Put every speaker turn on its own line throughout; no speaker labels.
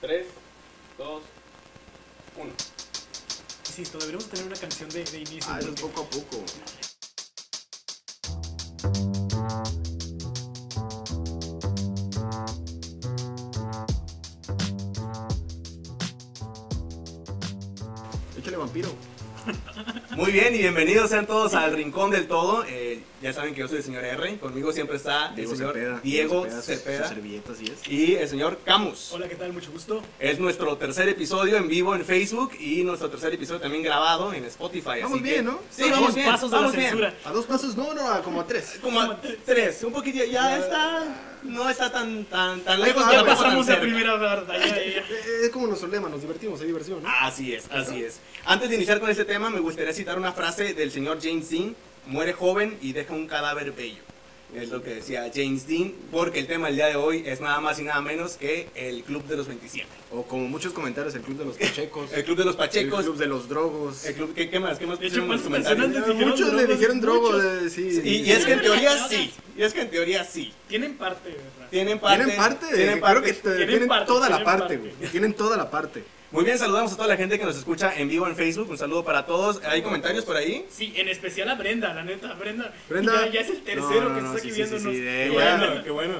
3, 2, 1.
Insisto, deberíamos tener una canción de, de inicio.
Ah, eso es
porque-
poco a poco. Échale vampiro.
Muy bien, y bienvenidos sean todos al Rincón del Todo. Eh, ya saben que yo soy el señor R. Conmigo siempre está el señor Diego Cepeda.
Su servilleta, así es.
Y el señor Camus.
Hola, ¿qué tal? Mucho gusto.
Es nuestro tercer episodio en vivo en Facebook y nuestro tercer episodio también grabado en Spotify.
Vamos
así
bien,
que-
¿no?
Sí,
Son
vamos
los
bien.
pasos de
vamos
la
bien.
censura.
A dos pasos, no, no, a como a tres. Eh,
Como a tres, un poquito, ya está, no está tan, tan, tan lejos,
Ah,
Ya
tampoco tan
pasamos la
cerca.
primera barda. Ya, ya, ya.
Eh, Es como nuestro lema, nos divertimos, hay diversión, ¿no?
Así es, así es. Antes de iniciar con este tema, me gustaría citar una frase del señor James Dean, muere joven y deja un cadáver bello. Es lo que decía James Dean, porque el tema del día de hoy es nada más y nada menos que el Club de los 27.
O como muchos comentarios, el club de los pachecos.
El Club de los Pachecos,
El club de los drogos.
el club- ¿qué, qué más? ¿Qué más
De hecho,
pusieron en los
¿cuántas personas
comentarios?
les
Eh,
dijeron
Muchos le
drogos,
dijeron drogos,
muchos.
eh, sí.
Y, y es que en teoría sí, y es que en teoría sí.
Tienen parte, ¿verdad?
Tienen parte.
Tienen parte,
tienen
eh,
parte.
creo que te-
Tienen
tienen,
parte,
toda la
tienen parte.
parte, güey. Tienen toda la parte.
Muy bien, saludamos a toda la gente que nos escucha en vivo en Facebook. Un saludo para todos. ¿Hay comentarios por ahí?
Sí, en especial a Brenda, la neta, Brenda.
Brenda.
Ya, ya es el tercero
No, no,
que
no,
está aquí
sí, sí, sí,
viéndonos.
sí, de-
Qué
ya.
bueno.
qué bueno.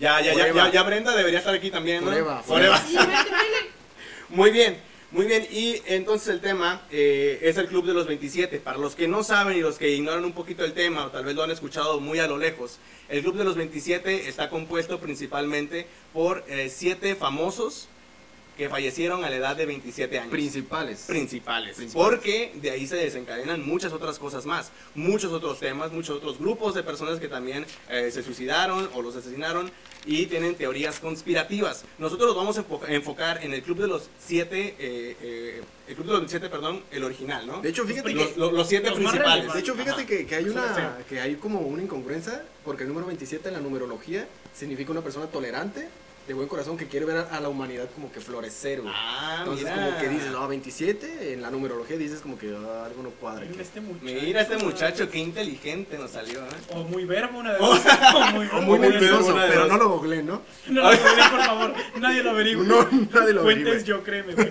Ya, ya, ya,
Prueba.
ya, ya Brenda debería estar aquí también, ¿no?
Prueba,
Prueba.
Sí, güey, qué huele.
Muy bien, muy bien. Y entonces el tema eh, es el Club de los 27. Para los que no saben y los que ignoran un poquito el tema o tal vez lo han escuchado muy a lo lejos, el Club de los 27 está compuesto principalmente por eh, siete famosos que fallecieron a la edad de 27 años.
Principales.
principales,
Principales.
porque de ahí se desencadenan muchas otras cosas más, muchos otros temas, muchos otros grupos de personas que también eh, se suicidaron o los asesinaron y tienen teorías conspirativas. Nosotros los vamos a enfo- enfocar en el club de los siete, eh, eh, el club de los siete, perdón, el original, ¿no?
De hecho, fíjate
los,
que,
los- los siete
Los más
principales.
relevantes.
de hecho, fíjate que, que hay
Suena
una que hay como una incongruencia porque el número 27 en la numerología significa una persona tolerante, de buen corazón que quiere ver a, a la humanidad como que florecer, güey.
Ah,
Entonces,
mira.
como que dices, no, 27, en la numerología dices como que ah, algo no cuadra aquí.
Mira este muchacho.
Mira este muchacho, qué inteligente nos salió, ¿eh?
O muy verbo, una de dos. o muy verbo.
O
Oh.
Muy
Muy
una de dos.
nervioso,
una de
pero
dos.
no lo googleé, ¿no?
No lo averigüe, por favor. Nadie lo averigüe.
No, nadie lo
Fuentes
averigüe.
yo, créeme, güey.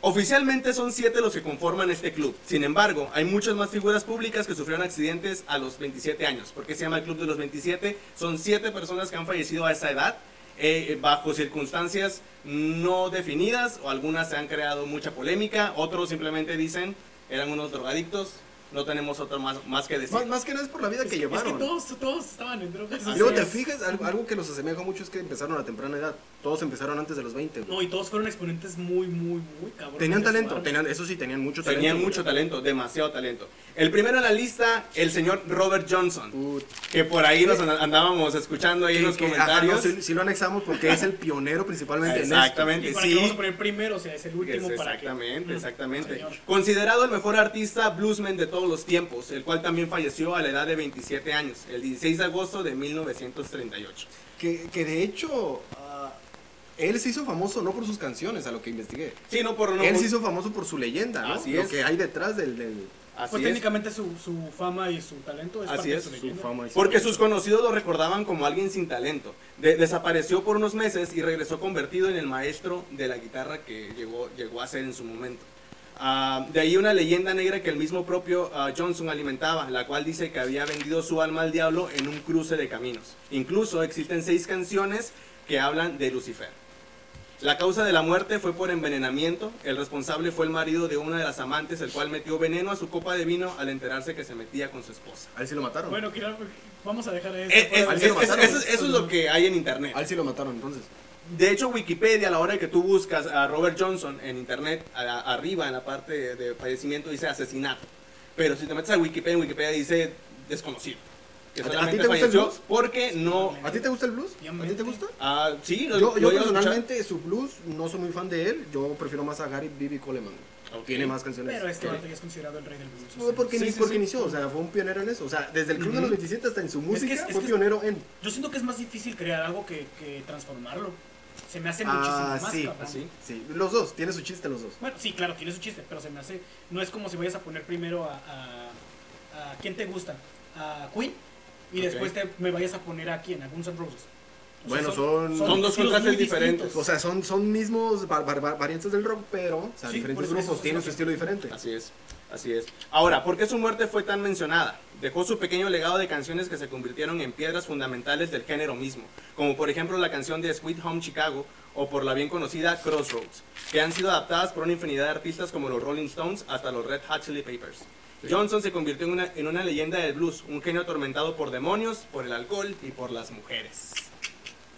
Oficialmente son siete los que conforman este club. Sin embargo, hay muchas más figuras públicas que sufrieron accidentes a los 27 años. ¿Por qué se llama el Club de los 27? Son siete personas que han fallecido a esa edad eh, bajo circunstancias no definidas o algunas se han creado mucha polémica, otros simplemente dicen eran unos drogadictos, no tenemos otro más, más que decir.
Más, más que nada es por la vida que
Es que
llevaron.
todos, todos estaban en drogas.
Y
así
Ah, luego te
es.
fijas, algo, algo que los asemeja mucho es que empezaron a temprana edad. Todos empezaron antes de los 20. güey.
No, y todos fueron exponentes muy, muy, muy cabrones.
tenían
de
talento,
su
tenían, eso sí, tenían mucho talento.
Tenían
güey.
mucho talento, demasiado talento. El primero en la lista, el señor Robert Johnson,
Put-
que por ahí nos an- andábamos escuchando ahí en los
que- que- ajá,
comentarios.
no, sí- sí lo anexamos porque es el pionero principalmente en esto.
Exactamente,
¿Y para qué
sí.
vamos a poner primero? O sea, es el último
Es-
para
exactamente,
que... Mm,
exactamente.
señor.
Considerado el mejor artista bluesman de todos los tiempos, el cual también falleció a la edad de 27 años, el 16 de agosto de 1938.
Que, que de hecho, ah, él se hizo famoso no por sus canciones, a lo que investigué.
Sí, no por Ah, no.
él se hizo famoso por su leyenda, ¿no?
Así
lo
es.
que hay detrás del, del-
así
Pues
es.
técnicamente su, su fama y su talento es
Así
parte de
es,
su
su
su
leyenda.
fama. y su-
Porque sus conocidos lo recordaban como alguien sin talento. De- desapareció por unos meses y regresó convertido en el maestro de la guitarra que llegó, llegó a ser en su momento. Ah, de ahí una leyenda negra que el mismo propio ah, Johnson alimentaba, la cual dice que había vendido su alma al diablo en un cruce de caminos. Incluso existen seis canciones que hablan de Lucifer. La causa de la muerte fue por envenenamiento. El responsable fue el marido de una de las amantes, el cual metió veneno a su copa de vino al enterarse que se metía con su esposa.
A él sí lo mataron.
Bueno, que ya- vamos a dejar eso.
Eh, eh,
Al
es-
sí lo
es-
mataron.
eso, eso es lo que hay en internet.
A él sí lo mataron, entonces.
De hecho, Wikipedia, a la hora que tú buscas a Robert Johnson en internet, a la- arriba en la parte de, de fallecimiento dice asesinato. Pero si te metes a Wikipedia, Wikipedia dice desconocido. Que
¿A ti- a ti
solamente
te gusta el
falleció
blues?
porque no.
¿A ti te gusta el blues? ¿A ti
Obviamente.
te gusta?
ah, sí, lo-
Yo,
lo iba
yo
a escuchar.
personalmente, su blues, no soy muy fan de él. Yo prefiero más a Gary B.B. Coleman.
Ok.
Tiene más canciones.
Pero este
que-
vato ya es considerado el rey del blues. o
No,
sea,
porque,
Sí,
ni-
sí,
porque
sí.
inició, o sea, fue un pionero en eso. O sea, desde el Club de los
Ujú.
27 hasta en su
que
música,
es- es
fue
que es-
pionero en.
Yo siento que es más difícil crear algo que, que transformarlo. Se me hace
Ah,
muchísimo más,
sí,
cabrón.
así.
Sí, los dos, tiene su chiste los dos.
Bueno, sí, claro, tiene su chiste, pero se me hace... No es como si vayas a poner primero a... a, a- ¿Quién te gusta? A Queen. Y
Ok.
después te, me vayas a poner a quién, a Guns N' Roses. O sea,
Bueno, son-
Son dos
estilos
contrastes
muy
diferentes.
distintos.
O sea, son, son mismos var- var- var- variantes del rock, pero o sea,
Sí, por eso-
diferentes
eso
grupos
es
tienen
lo
su
que-
estilo diferente.
Así es, así es. Ahora, ¿por qué su muerte fue tan mencionada? Dejó su pequeño legado de canciones que se convirtieron en piedras fundamentales del género mismo, como por ejemplo la canción de Sweet Home Chicago o por la bien conocida Crossroads, que han sido adaptadas por una infinidad de artistas como los Rolling Stones hasta los Red Hot Chili Peppers. Johnson se convirtió en una, en una leyenda del blues, un genio atormentado por demonios, por el alcohol y por las mujeres.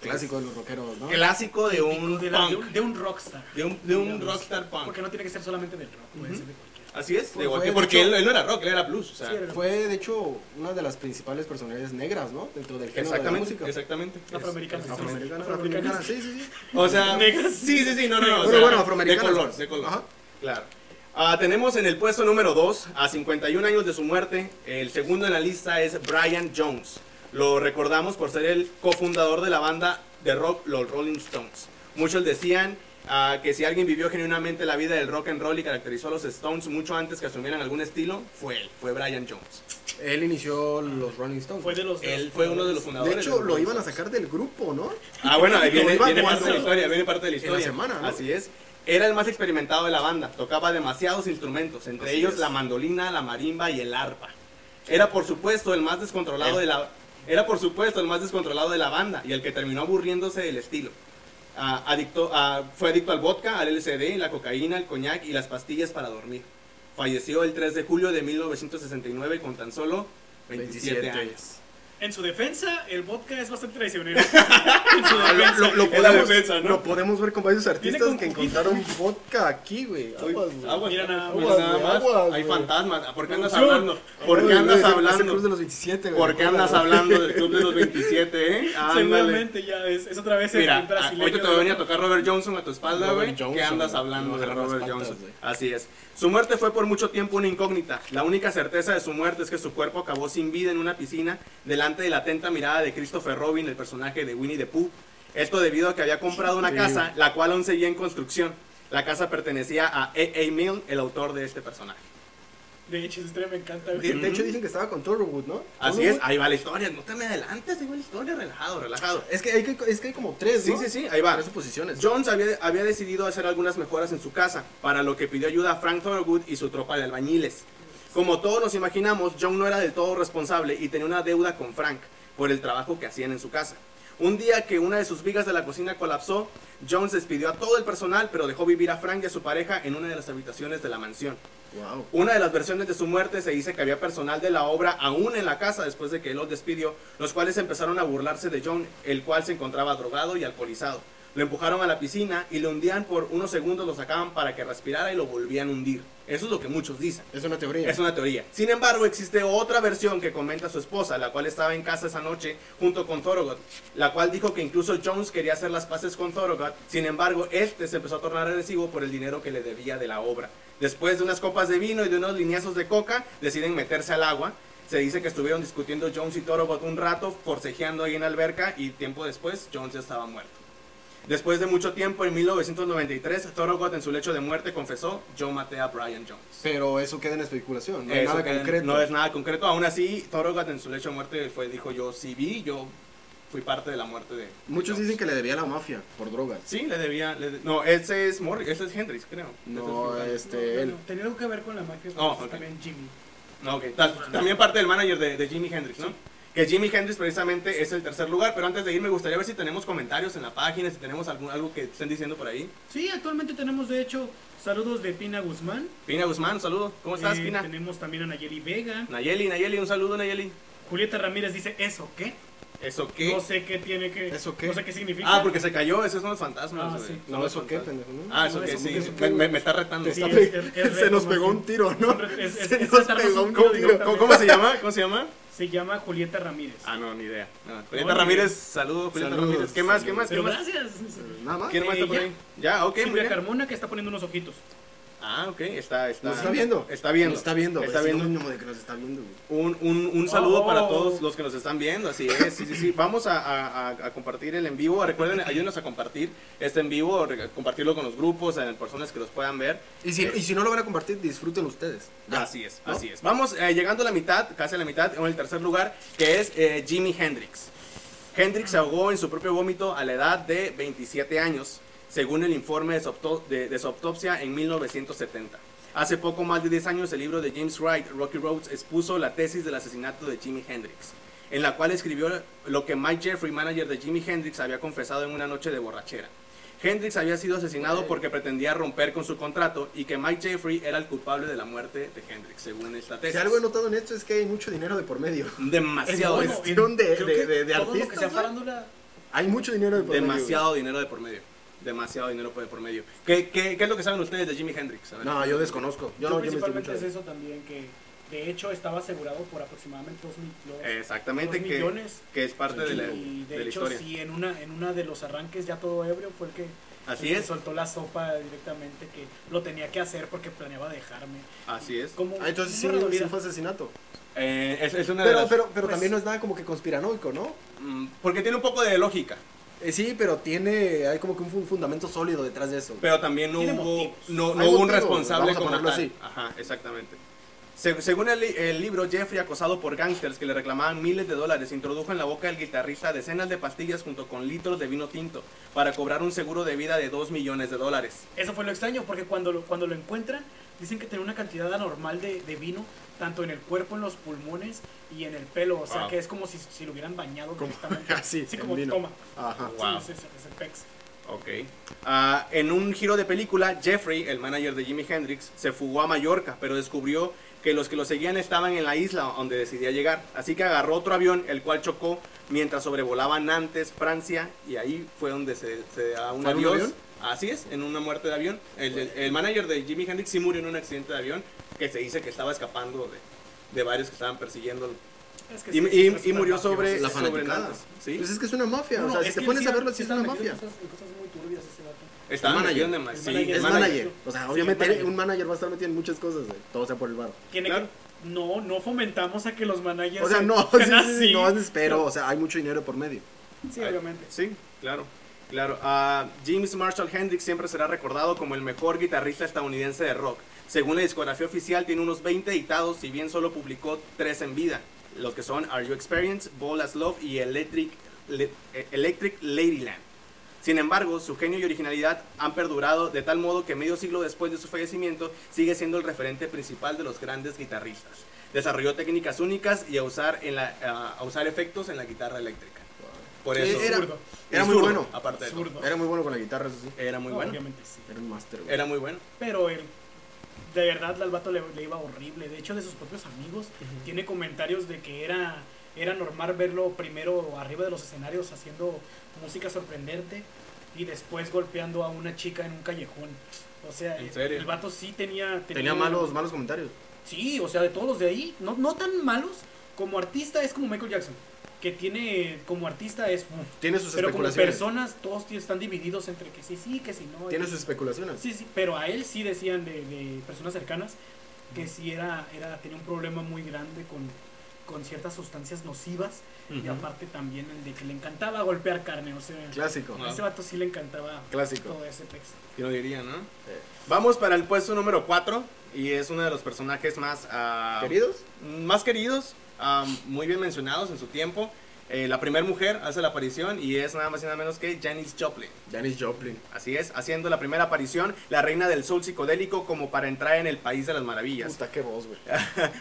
Clásico de los rockeros, ¿no?
Clásico de un
Típico de, la- de
punk,
un, de un rockstar.
de un, de un rockstar punk.
Porque no tiene que ser solamente del rock, puede ser de cualquier.
Así es, de
Fue-
golpe,
fue,
porque
de
él,
hecho-
él no era rock, él era blues. o sea,
Sí, era
Fue, de hecho, una de las principales personalidades negras, ¿no? Dentro del género de la
Exactamente,
música.
exactamente.
Afroamericano.
Afroamericana,
Afroamericana.
afroamericana, sí, sí, sí.
O sea,
Negras.
sí, sí, sí, no, no, no. o
Bueno,
sea,
bueno, afroamericanas.
De color, de color.
Ajá.
Claro. Ah, tenemos en el puesto número 2, a 51 años de su muerte, el segundo en la lista es Brian Jones. Lo recordamos por ser el cofundador de la banda de rock Los Rolling Stones. Muchos decían ah, que si alguien vivió genuinamente la vida del rock and roll y caracterizó a los Stones mucho antes que asumieran algún estilo, fue él, fue Brian Jones.
Él inició los Rolling Stones.
Fue de los. de
Él
los-
fue uno de los fundadores.
De
de
hecho,
los
lo
Rolling
iban a
Stones.
sacar del grupo, ¿no?
Ah, bueno, ahí viene,
Lo iban
viene parte de la
jugando
historia, viene parte de la
en la
historia.
semana, ¿no?
Así es. Era el más experimentado de la banda, tocaba demasiados instrumentos, entre
Así
ellos
es.
la mandolina, la marimba y el arpa. Era por supuesto el más descontrolado
El-
de la era por supuesto el más descontrolado de la banda y el que terminó aburriéndose del estilo. Ah, adicto, ah, fue adicto al vodka, al LSD, la cocaína, el coñac y las pastillas para dormir. Falleció el 3 de julio de 1969 con tan solo 27 años.
En su defensa, el vodka es bastante traicionero. en su
Ah,
defensa.
Lo, lo- lo
Es la
podemos,
defensa, ¿no?
lo podemos ver con varios artistas
con
que
juguito.
encontraron vodka aquí, güey. Aguas, güey.
Aguas,
Mira nada
mira
más.
nada más.
Aguas,
Hay
güey.
fantasmas. ¿Por qué andas
Producción.
hablando? ¿Por qué
Ay,
andas
güey, ese
hablando?
Cruz de los 27, güey.
¿Por qué andas hablando del club de los 27, eh? Ándale.
Seguramente ya es, es otra vez el
Mira, ah,
brasileño.
ahorita te va a venir a tocar Robert Johnson a tu espalda,
Robert
güey. ¿Qué
Johnson,
andas
güey.
hablando
Nos
de
agarra
Robert
las patas,
Johnson?
güey.
Así es. Su muerte fue por mucho tiempo una incógnita. La única certeza de su muerte es que su cuerpo acabó sin vida en una piscina delante de la atenta mirada de Christopher Robin, el personaje de Winnie the Pooh. Esto debido a que había comprado una
Sí.
casa, la cual aún seguía en construcción. La casa pertenecía a E.A. Milne, el autor de este personaje.
De hecho, esa historia me encanta.
De,
güey.
de hecho, dicen que estaba con Torwood, ¿no?
Así
Torwood.
es, ahí va la historia. No te me adelantes, ahí va la historia. Relajado, relajado.
Es que, hay que- es que hay como tres,
Sí,
¿no?
sí, sí, ahí va.
Tres suposiciones.
Jones había, había decidido hacer algunas mejoras en su casa, para lo que pidió ayuda a Frank Thorogood y su tropa de albañiles. Como todos nos imaginamos, John no era del todo responsable y tenía una deuda con Frank por el trabajo que hacían en su casa. Un día que una de sus vigas de la cocina colapsó, Jones despidió a todo el personal, pero dejó vivir a Frank y a su pareja en una de las habitaciones de la mansión.
Wow.
Una de las versiones de su muerte se dice que había personal de la obra aún en la casa después de que él los despidió, los cuales empezaron a burlarse de John, el cual se encontraba drogado y alcoholizado. Lo empujaron a la piscina y lo hundían por unos segundos, lo sacaban para que respirara y lo volvían a hundir. Eso es lo que muchos dicen.
Es una teoría.
Es una teoría. Sin embargo, existe otra versión que comenta su esposa, la cual estaba en casa esa noche junto con Thorogood, la cual dijo que incluso Jones quería hacer las paces con Thorogood. Sin embargo, este se empezó a tornar agresivo por el dinero que le debía de la obra. Después de unas copas de vino y de unos lineazos de coca, deciden meterse al agua. Se dice que estuvieron discutiendo Jones y Thorogood un rato, forcejeando ahí en la alberca y tiempo después Jones ya estaba muerto. Después de mucho tiempo, en 1993, Thorogood en su lecho de muerte confesó, yo maté a Brian Jones.
Pero eso queda en especulación. No hay
Eso
nada
que
concreto.
No es nada concreto. Aún así, Thorogood en su lecho de muerte fue, dijo yo sí vi, yo fui parte de la muerte de...
Muchos
de
dicen que le debía a la mafia por drogas.
Sí, le debía... le de- No, ese es Morris, ese es Hendrix, creo.
No,
Ese es-
este,
No, no,
él.
no, Tenía algo que ver con la mafia.
Oh,
pues,
ok.
También Jimmy.
No, ok. Ta- También parte del manager de, de Jimi Hendrix, ¿no? Que Jimi Hendrix precisamente es el tercer lugar, pero antes de ir me gustaría ver si tenemos comentarios en la página, si tenemos algún, algo que estén diciendo por ahí.
Sí, actualmente tenemos de hecho saludos de Pina Guzmán.
Pina Guzmán, un saludo. ¿Cómo estás,
Eh,
Pina?
Tenemos también a Nayeli Vega.
Nayeli, Nayeli, un saludo, Nayeli.
Julieta Ramírez dice, ¿eso qué?
¿Eso qué?
No sé qué tiene que...
¿Eso qué?
No sé qué significa.
Ah, porque se cayó, esos son los fantasmas.
Ah,
güey.
sí.
Son
No,
los
eso qué,
fantasmas.
pendejo. ¿no?
Ah, eso
No,
que
qué,
sí.
eso
Me,
qué.
me- me está retando.
Sí,
Está-
es-
pe-
es- es
se nos
reto,
pegó
más
un tiro,
bien.
¿no?
Es- es-
se
es
nos
retarnos
pegó
un
un
tiro
tiro.
¿Cómo, cómo se llama? ¿Cómo se llama?
Se llama Julieta Ramírez.
Ah, no, ni idea. No,
No,
Julieta
ni
Ramírez,
idea.
saludos, Julieta
Saludos,
Ramírez. ¿Qué más? ¿Qué más? ¿Qué
pues,
Pero
más?
gracias.
Nada más.
¿Quién más está por
Eh,
ahí? Ya, ok, muy
Silvia
bien.
Carmona que está poniendo unos ojitos.
Ah, ok, está, está.
Nos está viendo.
Ah, Está viendo.
Nos está viendo.
Está
es
viendo.
sinónimo de que nos está viendo, güey.
Un, un, un saludo
Oh.
para todos los que nos están viendo, así es, sí, sí, sí. Vamos a, a- a- a compartir el en vivo, recuerden, ayúdenos a compartir este en vivo, re- compartirlo con los grupos, a las personas que los puedan ver.
Y si, y si no lo van a compartir, disfruten ustedes.
Así es, así es. Vamos eh, llegando a la mitad, casi a la mitad, en el tercer lugar, que es eh, Jimi Hendrix. Hendrix se ahogó en su propio vómito a la edad de 27 años, según el informe de su, auto- de- de su autopsia en 1970. Hace poco más de 10 años, el libro de James Wright, Rocky Roads, expuso la tesis del asesinato de Jimi Hendrix, en la cual escribió lo que Mike Jeffrey, manager de Jimi Hendrix, había confesado en una noche de borrachera. Hendrix había sido asesinado porque pretendía romper con su contrato y que Mike Jeffrey era el culpable de la muerte de Hendrix, según esta tesis.
Si algo he notado en esto es que hay mucho dinero de por medio.
Demasiado,
Es
es-
cuestión de-
creo
de-
que
de- de
todo lo que
artistas,
sea
güey.
farándula,
Hay mucho dinero de por medio. güey.
demasiado dinero de por medio. Demasiado dinero de por medio. ¿Qué, qué, qué es lo que saben ustedes de Jimmy Hendrix? A ver.
No, yo desconozco. Yo,
Yo
no yo me estoy
principalmente
mucho.
es
de-
eso también, que de hecho estaba asegurado por aproximadamente 2 millones.
Exactamente,
Dos
que,
millones.
que es parte de la,
y de,
de la
hecho,
historia.
sí, en una, en una de los arranques ya todo ebrio fue el que,
Así
el que
es,
soltó la sopa directamente, que lo tenía que hacer porque planeaba dejarme.
así es.
Como,
Ah, entonces sí,
como una
sí
dolida.
fue asesinato.
Eh, es, es una de
Pero,
las-
pero, pero
pues-
también no es nada como que conspiranoico, ¿no?
mm, Porque tiene un poco de lógica,
Eh, sí, pero tiene, hay como que un fu- fundamento sólido detrás de eso.
pero también no
Tiene
hubo,
motivos.
no, no
Hay
hubo un
motivos,
responsable
vamos a
como
ponerlo
tal.
así.
Ajá, exactamente. Se- según el, li- el libro, Jeffrey, acosado por gángsters que le reclamaban miles de dólares, introdujo en la boca del guitarrista decenas de pastillas junto con litros de vino tinto para cobrar un seguro de vida de 2 millones de dólares.
Eso fue lo extraño, porque cuando lo, cuando lo encuentran, dicen que tenía una cantidad anormal de, de vino, tanto en el cuerpo, en los pulmones y en el pelo. O sea,
Wow.
que es como si, si lo hubieran bañado
Como-
directamente.
así,
sí,
Ah, en
como
vino.
toma.
Ajá.
Wow.
Sí, sí, sí, es el pex.
Ok. Ah, en un giro de película, Jeffrey, el manager de Jimi Hendrix, se fugó a Mallorca, pero descubrió que los que lo seguían estaban en la isla donde decidía llegar. Así que agarró otro avión, el cual chocó mientras sobrevolaban Nantes, Francia, y ahí fue donde se, se da un
¿Fue en un
adiós.
avión?
Así es, en una muerte de avión. El, el- el manager de Jimi Hendrix sí murió en un accidente de avión que se dice que estaba escapando de, de varios que estaban persiguiéndolo.
Es que
Y,
sí,
y-
es
y murió
mafioso.
sobre,
La
sobre
fanaticada.
Nantes. ¿sí?
Pues es que es una mafia.
No,
o
no,
sea,
es
si te
que
pones
sí,
a verlo,
sí
sí es
estaba
una
metido
mafia.
en cosas- en cosas muy turbias ese vato.
Estaban
el manager.
metidos en demasi-
El manager.
el
Es
manager.
manager. O sea,
Sí,
obviamente
es manager.
un manager va a estar metido en muchas cosas, güey. Todo sea por el bar.
Tiene
Claro.
que- no, no fomentamos a que los managers.
O sea, no, sí,
sean
sí,
así.
sí, no, pero, o sea, hay mucho dinero por medio.
Sí, obviamente.
Sí, claro. Claro, Ah, James Marshall Hendrix siempre será recordado como el mejor guitarrista estadounidense de rock. Según la discografía oficial, tiene unos 20 editados, si bien solo publicó tres en vida, los que son Are You Experienced, Ball as Love y Electric, Le- eh, Electric Ladyland. Sin embargo, su genio y originalidad han perdurado de tal modo que medio siglo después de su fallecimiento sigue siendo el referente principal de los grandes guitarristas. Desarrolló técnicas únicas y a usar, en la- ah, a usar efectos en la guitarra eléctrica. Por
Sí,
eso
Eh, era-
Zurdo.
Era
y
muy
zurdo,
bueno.
Aparte de todo.
Zurdo.
Era muy bueno con la guitarra, eso sí.
Era muy
No,
bueno.
Obviamente sí.
Era un máster, güey.
Era muy bueno.
Pero él, de verdad, al vato le, le iba horrible. De hecho, de sus propios amigos, tiene comentarios de que era, era normal verlo primero arriba de los escenarios haciendo música sorprendente y después golpeando a una chica en un callejón. O sea,
¿En
el-
serio?
el vato sí tenía...
Tenía malos, malos comentarios.
Sí, o sea, de todos los de ahí, no, no tan malos. Como artista es como Michael Jackson, que tiene, como artista es... mm,
Tiene sus
Pero como
especulaciones.
personas, todos tí- están divididos entre que sí, sí, que sí, no.
Tiene
y-
sus especulaciones.
Sí, sí, pero a él sí decían de, de personas cercanas que sí era, era, tenía un problema muy grande con, con ciertas sustancias nocivas y aparte también el de que le encantaba golpear carne, o sea,
Clásico.
a ese vato sí le encantaba
Clásico.
todo ese texto.
Yo lo diría, ¿no? Vamos para el puesto número 4 y es uno de los personajes más ah,
¿Queridos?
Más queridos, ah, muy bien mencionados en su tiempo. Eh, la primera mujer hace la aparición y es nada más y nada menos que Janis Joplin.
Janis Joplin.
Así es, haciendo la primera aparición, la reina del soul psicodélico como para entrar en el país de las maravillas.
Puta, qué voz, güey.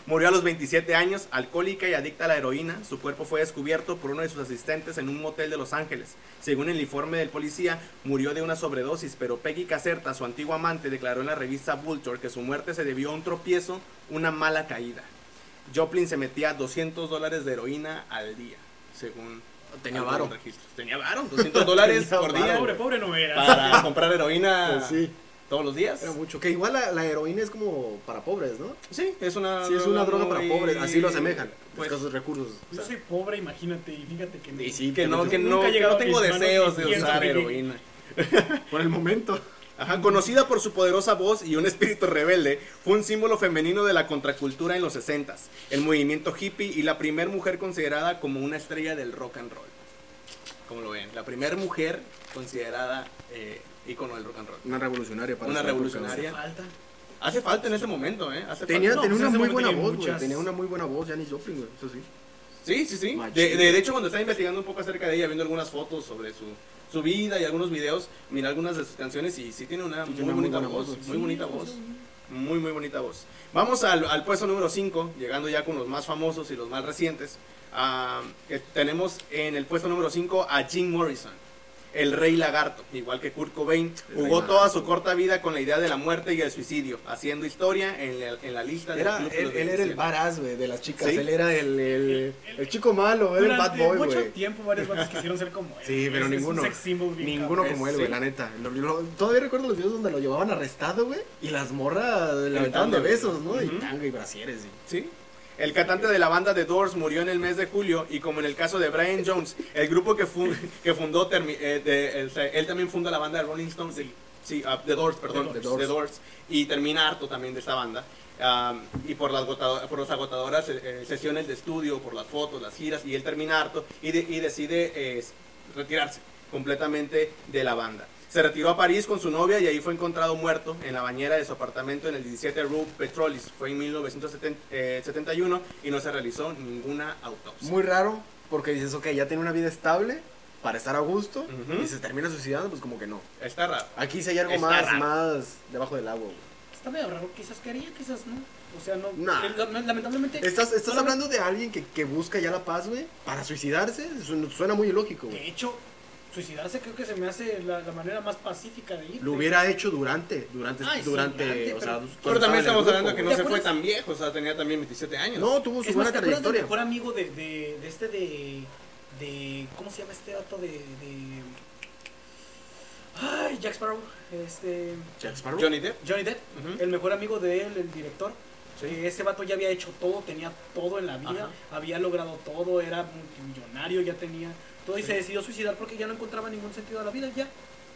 Murió a los 27 años, alcohólica y adicta a la heroína. Su cuerpo fue descubierto por uno de sus asistentes en un motel de Los Ángeles. Según el informe del policía, murió de una sobredosis, pero Peggy Caserta, su antiguo amante, declaró en la revista Vulture que su muerte se debió a un tropiezo, una mala caída. Joplin se metía 200 dólares de heroína al día, según
Tenía
algunos
varo.
registros. Tenía varo, 200 dólares
Tenía
por
varo,
día
Ah, Pobre, pobre no era.
para comprar heroína
Pues sí,
todos los días.
era mucho. Que igual la, la heroína es como para pobres, ¿no?
Sí, es una
Sí, es una droga para
muy-
pobres. Así lo asemejan.
Pues,
escasos recursos. o
Yo
sea.
soy pobre, imagínate, y fíjate que...
Y sí, que no, que
Nunca
no,
ha
que
llegado
no
a mis
tengo
manos
deseos
ni
de
pienso
usar
vivir.
heroína.
Por el momento.
Ajá, conocida por su poderosa voz y un espíritu rebelde, fue un símbolo femenino de la contracultura en los 60s, el movimiento hippie y la primer mujer considerada como una estrella del rock and roll. Como lo ven, la primer mujer considerada eh, ícono del rock and roll.
Una revolucionaria para
Una
su época,
revolucionaria.
Falta.
Hace falta en este momento, ¿eh? Hace
o sea. Tenía,
falta.
No, pues
tenía
en
una
ese
muy
momento
buena
tenía
voz, güey.
muchas-
Tenía una muy buena voz, Janis Joplin, güey. Eso sí.
Sí, sí, sí.
Machín.
De, de- de hecho, cuando estaba investigando un poco acerca de ella, viendo algunas fotos sobre su, su vida y algunos videos, miré algunas de sus canciones y sí tiene una
Y
muy,
tiene una muy
bonita
buena
voz.
voz,
Muy bonita voz. Muy, muy bonita voz. Vamos al, al puesto número 5, llegando ya con los más famosos y los más recientes. Ah, que tenemos en el puesto número 5 a Jim Morrison, el rey lagarto, igual que Kurt Cobain.
El rey
Jugó
lagarto.
toda su corta vida con la idea de la muerte y el suicidio, haciendo historia en la, en la lista del
Era,
Club de
él,
los
él era el
27.
varas, güey, de las chicas.
Sí.
Él era el, el, el chico malo, era el bad
Durante
boy,
mucho
güey.
tiempo varios vatos quisieron ser como él.
Sí,
güey.
pero
Es- es un
ninguno-
sex symbol bien
Ninguno
cabrón.
como él,
sí.
güey, la neta. Lo- lo-
Lo- Todavía recuerdo los videos donde lo llevaban arrestado, güey. Y las morras le aventaban de
Gritándole.
besos, ¿no?
Ujú.
Y tanga y brasieres, y-
Sí. El cantante de la banda The Doors murió en el mes de julio y como en el caso de Brian Jones, el grupo que, fu- que fundó, termi- eh, de- el- él también funda la banda de Rolling Stones, sí, sí, ah, The Doors, perdón,
The
The
Doors.
Doors. y termina harto también de esta banda. Am, y por las, agotado- por las agotadoras eh, eh, sesiones de estudio, por las fotos, las giras, y él termina harto y, de- y decide eh, retirarse completamente de la banda. Se retiró a París con su novia y ahí fue encontrado muerto en la bañera de su apartamento en el 17 Rue Petrolis. Fue en 1971 eh, y no se realizó ninguna autopsia.
Muy raro, porque dices, ok, ya tiene una vida estable para estar a gusto.
Ujú.
Y se termina suicidando, pues como que no.
Está raro.
Aquí sí hay algo
Está
más,
raro.
más debajo del agua, güey.
Está medio raro, quizás quería, quizás no. O sea, no.
Nah.
él- la- Lamentablemente.
Estás, estás
solamente-
hablando de alguien que, que busca ya la paz, güey, para suicidarse. Su- Suena muy ilógico,
De
güey.
hecho, suicidarse creo que se me hace la, la manera más pacífica de ir.
Lo hubiera hecho durante, durante,
Ay, sí,
durante,
durante,
o
pero-
sea,
pero
cuando estaba
Pero también
en el
estamos
grupo,
hablando que no
güey.
se fue
acuerdas?
tan viejo, o sea, tenía también 27 años.
No, tuvo su
Es
buena
más, ¿te acuerdas del
trayectoria.
mejor amigo de, de, de este de, de. ¿Cómo se llama este dato? De, de. Ay, Jack Sparrow. Este.
Jack Sparrow.
Johnny Depp.
Johnny Depp,
Ujú.
el mejor amigo de él, el director.
Sí.
Que ese vato ya había hecho todo, tenía todo en la vida, había logrado todo, era multimillonario, ya tenía todo y se decidió suicidar porque ya no encontraba ningún sentido a la vida, ya,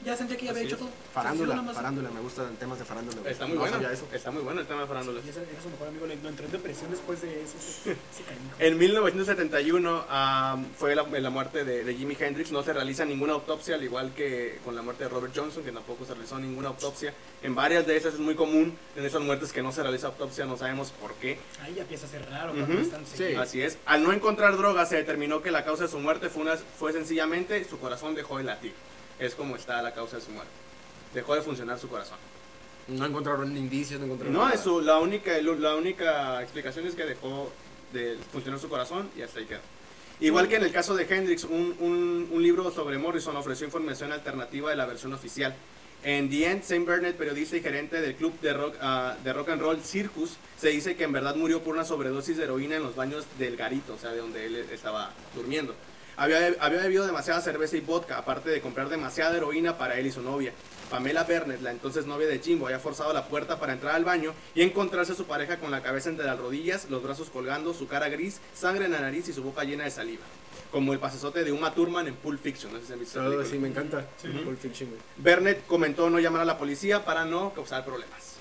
ya sentía que ya había
Así
hecho
es.
todo. Se
Farándula,
suicidó nada más.
farándula, me gustan temas de farándula. güey.
Está muy
no
bueno.
sabía eso.
Está muy bueno el tema de farándula.
Y ese era su mejor amigo, le- lo entró en depresión después de eso, ese, ese canijo.
En 1971 am, fue la, la muerte de, de Jimi Hendrix. No se realiza ninguna autopsia, al igual que con la muerte de Robert Johnson, que tampoco se realizó ninguna autopsia. En varias de esas es muy común, en esas muertes que no se realiza autopsia, no sabemos por qué.
Ahí ya empieza a ser raro cuando
Ujú,
están
sí.
seguidos.
Así es. Al no encontrar drogas, se determinó que la causa de su muerte fue, una- fue sencillamente su corazón dejó de latir. Es como está la causa de su muerte. Dejó de funcionar su corazón.
No encontraron indicios, no encontraron.
No,
nada.
eso, la única, la única explicación es que dejó de funcionar su corazón y hasta ahí quedó. Igual que en el caso de Hendrix, un, un- un libro sobre Morrison ofreció información alternativa de la versión oficial. En The End, Sam Burnett, periodista y gerente del club de rock, ah, de rock and roll Circus, se dice que en verdad murió por una sobredosis de heroína en los baños del garito, o sea, de donde él estaba durmiendo. Había, había bebido demasiada cerveza y vodka, aparte de comprar demasiada heroína para él y su novia. Pamela Bernet, la entonces novia de Jimbo, había forzado la puerta para entrar al baño y encontrarse a su pareja con la cabeza entre las rodillas, los brazos colgando, su cara gris, sangre en la nariz y su boca llena de saliva. Como el pasesote de Uma Thurman en Pulp Fiction. No sé si han visto esa
Eso
película.
sí, me encanta.
Sí.
Pulp Fiction, güey.
Bernet comentó no llamar a la policía para no causar problemas.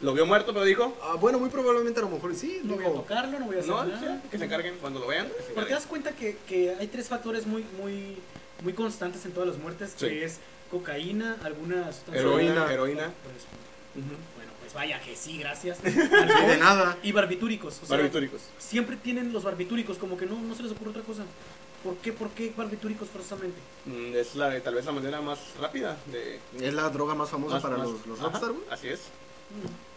Lo vio muerto, pero dijo,
Ah, bueno, muy probablemente a lo mejor sí.
No voy a
digo,
tocarlo, no voy a hacer
no,
nada.
que se encarguen cuando lo vean. que se
Porque te
encarguen".
das cuenta que, que hay tres factores muy, muy, muy constantes en todas las muertes,
Sí.
que es cocaína, alguna sustancia...
Heroína, heroína.
Pues,
Ujú.
Bueno, pues vaya que sí, gracias.
sí, de
Alcohol
nada.
y barbitúricos. O sea,
Barbitúricos.
Siempre tienen los barbitúricos, como que no, no se les ocurre otra cosa. ¿Por qué, por qué barbitúricos forzosamente?
Mm, Es la, tal vez la manera más rápida de...
Es la droga más famosa
más-
para
más-
los, los
Ajá,
rockstar, güey.
Así es.
Mm.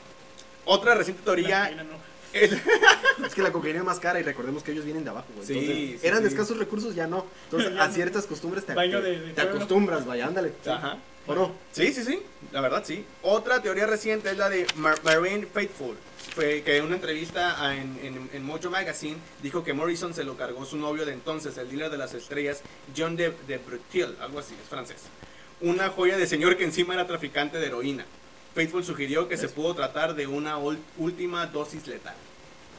Otra reciente
La
teoría
cocaína no.
es...
Es que la cocaína es más cara y recordemos que ellos vienen de abajo, güey.
Sí,
Entonces,
sí,
eran
sí.
de escasos recursos, ya no. Entonces,
Ya
a
no.
ciertas costumbres te,
Baño
te-
de- de
te
pueblo.
acostumbras, vaya, ándale.
Ajá.
¿O no?
Sí, sí, sí, la verdad sí. Otra teoría reciente es la de Mar- Marine Faithful, fue que en una entrevista a- en, en- en Mojo Magazine dijo que Morrison se lo cargó su novio de entonces, el dealer de las estrellas, John de, de Bretil, algo así, es francés. Una joya de señor que encima era traficante de heroína. Faithful sugirió que se pudo tratar de una ol- última dosis letal.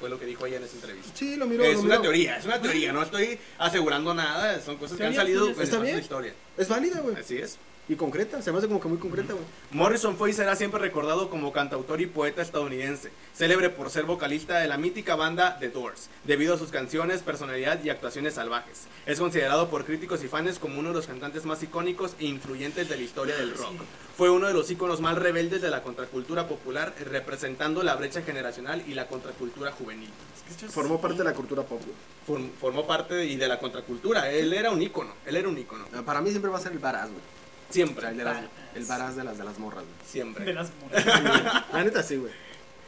Fue lo que dijo ella en esa entrevista.
Sí, lo miro.
Es
lo
una
miro.
teoría, es una teoría, no estoy asegurando nada, son cosas que han
Teorías,
salido
teorías.
en
Está
la
bien.
historia.
Es válida, güey.
Así es.
Y concreta, se me hace como que muy concreta, güey.
Morrison fue y será siempre recordado como cantautor y poeta estadounidense, célebre por ser vocalista de la mítica banda The Doors, debido a sus canciones, personalidad y actuaciones salvajes. Es considerado por críticos y fans como uno de los cantantes más icónicos e influyentes de la historia del rock. Fue uno de los íconos más rebeldes de la contracultura popular, representando la brecha generacional y la contracultura juvenil.
Formó parte de la cultura pop, güey.
Form- formó parte de- y de la contracultura, él era un ícono, él era un ícono,
Ah, Para mí siempre va a ser el varaz, güey. O sea, el, de
siempre,
las, el varaz de las, de las morras, güey.
de
siempre.
las morras.
La neta sí, güey.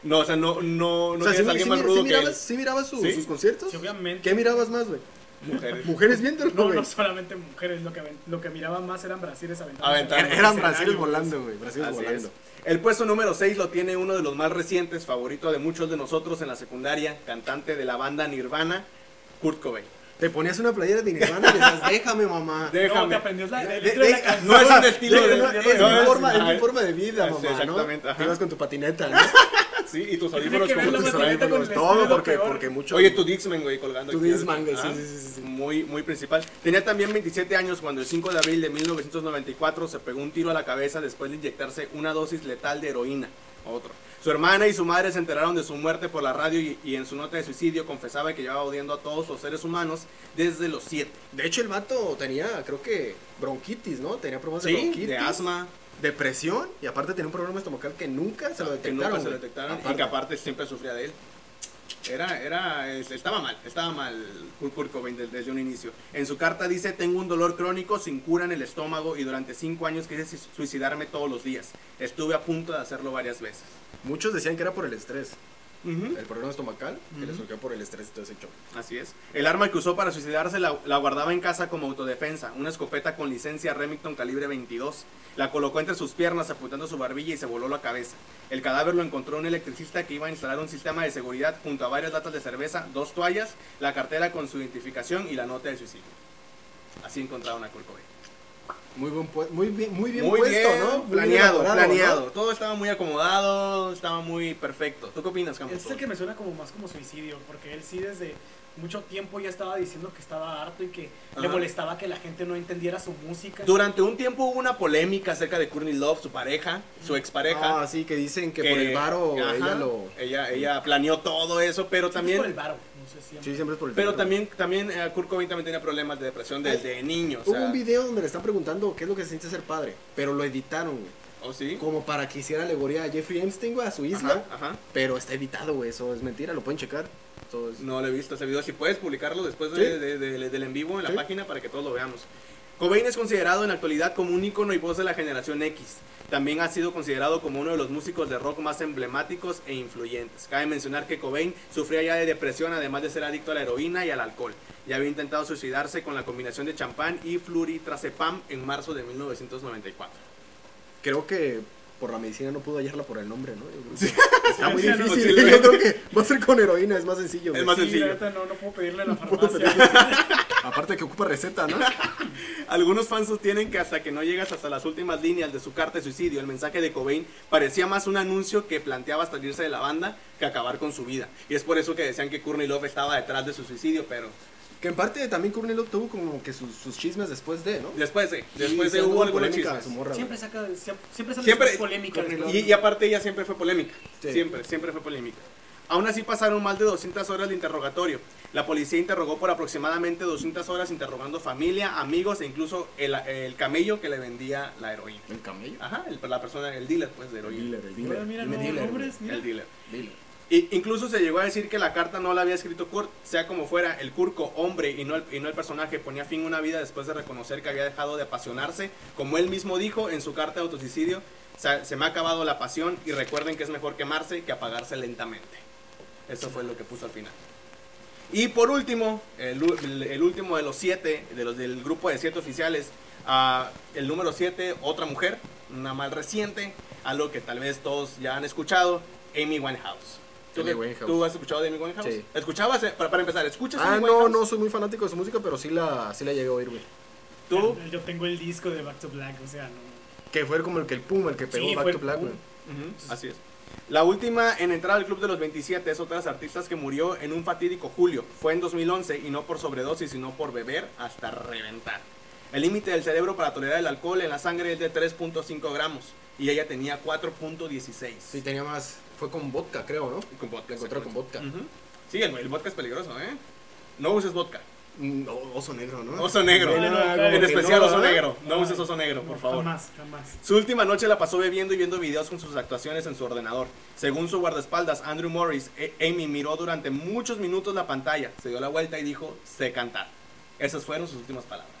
No, o sea, no, no,
O
no
sea, sí,
tienes a alguien
sí,
más
sí
rudo que él.
mirabas, sí mirabas su-
¿Sí?
sus conciertos.
Sí, obviamente.
¿Qué mirabas más, güey?
Mujeres.
Mujeres viéndolo,
No,
güey.
no solamente mujeres, lo que, aven- lo que miraba más eran brasiles aventando.
Aventar.
Era-
Eran
escenario,
brasiles
güey.
volando, güey. Brasiles
Así
volando.
es. El puesto número 6 lo tiene uno de los más recientes, favorito de muchos de nosotros en la secundaria, cantante de la banda Nirvana, Kurt Cobain.
Te ponías una playera de Nirvana y decías, déjame, mamá.
No, te
Déjame.
aprendió la,
De-
el intro de la
de- ah,
canción.
No es un estilo
No,
de
no,
no
es, mi
es-
forma, es mi
ajá.
forma de vida,
Sí,
mamá,
exactamente,
¿no?
ajá.
Te ibas con tu patineta, ¿no?
Ah, Sí, y tus
Tiene
audífonos
que ver
como
la
tus
patineta
audífonos.
con el estilo,
Todo
lo
porque,
peor.
porque mucho...
Oye, tu Dixman, güey, colgando.
Tu
aquí.
Dixman, güey, sí,
Ajá.
sí, sí, sí.
Muy, muy principal. Tenía también 27 años cuando el 5 de abril de 1994 se pegó un tiro a la cabeza después de inyectarse una dosis letal de heroína. Otro. Su hermana y su madre se enteraron de su muerte por la radio y, y en su nota de suicidio confesaba que llevaba odiando a todos los seres humanos desde los 7.
De hecho, el vato tenía, creo que, bronquitis, ¿no? Tenía problemas de
Sí,
bronquitis.
de asma,
Depresión. Y aparte tenía un problema estomacal que nunca se lo
que
detectaron.
nunca se
güey.
lo detectaron y
Aparte.
que aparte siempre sufría de él. Era, era, es- estaba mal, estaba mal Kurt Kurt Cobain de- desde un inicio. En su carta dice, tengo un dolor crónico sin cura en el estómago y durante cinco años quise su- suicidarme todos los días. Estuve a punto de hacerlo varias veces.
Muchos decían que era por el estrés.
Ujú.
El problema estomacal que le
Ujú.
surgió por el estrés y todo ese show.
Así es. El arma que usó para suicidarse la, la guardaba en casa como autodefensa, una escopeta con licencia Remington calibre 22. La colocó entre sus piernas apuntando su barbilla y se voló la cabeza. El cadáver lo encontró un electricista que iba a instalar un sistema de seguridad junto a varias latas de cerveza, dos toallas, la cartera con su identificación y la nota de suicidio. Así encontraron a Kurt Cobain.
Muy, buen pue- muy bien, muy bien
Muy
puesto,
bien,
¿no? Muy bien
planeado,
elaborado, ¿no?
planeado. Todo estaba muy acomodado, estaba muy perfecto. ¿Tú qué opinas, Campos?
Este es el que me suena como más como suicidio, porque él sí desde mucho tiempo ya estaba diciendo que estaba harto y que le
Ajá.
molestaba que la gente no entendiera su música.
Durante un tiempo hubo una polémica acerca de Courtney Love, su pareja, su expareja.
Ah, sí, que dicen que, por el varo
ajá,
ella lo...
ella ella planeó todo eso pero
también pues, por el
también
varo, no sé si
Sí, siempre es por el
pero
varo.
también también eh, Kurt Cobain también tenía problemas de depresión desde niño o
Hubo
sea,
un video donde le están preguntando qué es lo que se siente ser padre, pero lo editaron, güey.
¿oh, sí?
Como para que hiciera alegoría a Jeffrey Epstein, güey, a su isla.
Ajá, ajá.
Pero está editado, güey, eso es mentira, lo pueden checar. Todo es-
no lo he visto ese video si puedes publicarlo después de-
Sí.
de- de- del en vivo en la
Sí.
página para que todos lo veamos Cobain es considerado en la actualidad como un ícono y voz de la generación X. También ha sido considerado como uno de los músicos de rock más emblemáticos e influyentes. Cabe mencionar que Cobain sufría ya de depresión además de ser adicto a la heroína y al alcohol. Ya había intentado suicidarse con la combinación de champán y fluritracepam en marzo de 1994.
Creo que por la medicina no pudo hallarla por el nombre, ¿no? Yo creo que Está muy
Sí, no,
difícil,
sí,
yo creo que va a ser con heroína, es más sencillo, güey.
Es más
Sí, la
sencillo.
neta, no, no puedo pedirle a la
puedo
farmacia.
Aparte que ocupa receta, ¿no?
Algunos fans sostienen que hasta que no llegas hasta las últimas líneas de su carta de suicidio, el mensaje de Cobain parecía más un anuncio que planteaba salirse de la banda que acabar con su vida. Y es por eso que decían que Courtney Love estaba detrás de su suicidio, pero
Que en parte también Courtney Love tuvo como que sus, sus chismes después de, ¿no?
después de,
Y
después
se
de
anda
hubo
con
alguna
polémica
chismes.
su morra, güey.
siempre saca siempre, siempre sale
Siempre,
después polémica. después.
y, y aparte ella siempre fue polémica.
Sí.
Siempre, siempre fue polémica. Aún así pasaron más de 200 horas de interrogatorio. La policía interrogó por aproximadamente 200 horas interrogando familia, amigos e incluso el, el camello que le vendía la heroína.
El camello.
Ajá, el- la persona, el dealer pues de heroína.
el
Bueno, mira,
Dime
no,
dealer, güey.
nombres, mira.
El dealer.
Dealer.
Y incluso se llegó a decir que la carta no la había escrito Kurt, sea como fuera, el Kurko, hombre y no el, y no el personaje, ponía fin a una vida después de reconocer que había dejado de apasionarse. Como él mismo dijo en su carta de autosuicidio, se, se me ha acabado la pasión y recuerden que es mejor quemarse que apagarse lentamente. Eso fue lo que puso al final. Y por último, el, u- el- el último de los siete, de los del grupo de siete oficiales, ah, el número siete, otra mujer, una más reciente, algo que tal vez todos ya han escuchado, Amy Winehouse. ¿Tú,
Amy
qué-
Winehouse.
¿tú has escuchado de Amy Winehouse?
Sí.
¿Escuchabas? eh, Para, para empezar, ¿escuchas
Ah,
Amy
no,
Winehouse?
no soy muy fanático de su música, pero sí la, sí la llegué a oír, güey.
¿Tú?
Yo tengo el disco de Back to Black, o sea, no.
Que fue como el que el pum, el que pegó
Sí,
Back
fue
to
el
Black,
pum.
güey.
Ujú, así es. La última en entrar al Club de los 27 es otra de las artistas que murió en un fatídico julio. Fue en 2011 y no por sobredosis, sino por beber hasta reventar. El límite del cerebro para tolerar el alcohol en la sangre es de 3.5 gramos y ella tenía 4.16.
Sí, tenía más. Fue con vodka, creo, ¿no?
Y con vodka.
La encontró con vodka.
Ujú. Sí, el, el vodka es peligroso, ¿eh? No uses vodka.
Mm, o- oso negro, ¿no?
Oso negro.
No, no,
como
claro.
en
que
especial
no,
oso
¿verdad?
negro. No uses oso negro, por
No,
favor.
Jamás, jamás.
Su última noche la pasó bebiendo y viendo videos con sus actuaciones en su ordenador. Según su guardaespaldas, Andrew Morris, e- Amy miró durante muchos minutos la pantalla, se dio la vuelta y dijo, sé cantar. Esas fueron sus últimas palabras.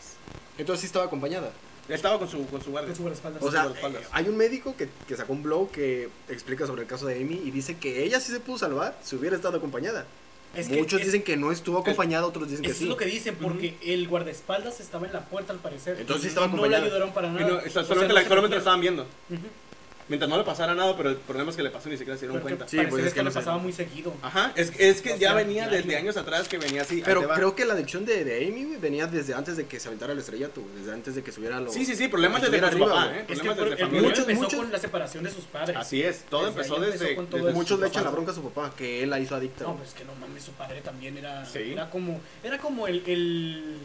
Entonces sí estaba acompañada.
Estaba con su, con su guardia.
Con su guardaespaldas.
O sea,
Por espaldas.
eh, hay un médico que, que sacó un blog que explica sobre el caso de Amy y dice que ella sí se pudo salvar si hubiera estado acompañada.
Es que-
Muchos
es-
dicen que no estuvo acompañada, otros dicen que
Eso
sí.
es lo que dicen, porque el guardaespaldas estaba en la puerta al parecer.
Entonces sí estaba
Y No le
acompañado.
ayudaron para
Y
nada.
no,
O sea,
está- solamente
no
la-
se
solamente lo
cogieron.
estaban viendo.
Ujú.
Mientras no le pasara nada, pero el problema es que le pasó y ni siquiera se dieron
Pero
cuenta. Ah,
que
Sí,
al
pues,
parecer
es
esto
que no
le
sé.
pasaba muy seguido.
Ajá, es, es que
O
ya
sea,
venía
diario.
desde años atrás que venía así. ahí
Pero
te va.
creo que la adicción de, de Amy güey, venía desde antes de que se aventara el estrellato, güey, desde antes de que subiera lo.
Sí, sí, sí, problemas
que
desde con su
estuviera
papá,
arriba,
¿eh?
güey.
Es que el,
Problemas desde
el
familia. Ah,
problema
Muchos-
empezó
muchos-
con la separación de sus padres.
Así es, todo
Desde
empezó
ahí
desde...
empezó con todo
desde-
eso.
Muchos le echan
papá.
la bronca a su papá, que él la hizo adicta.
No,
güey.
pues que no mames, su padre también era,
Sí.
era como, era como el, el,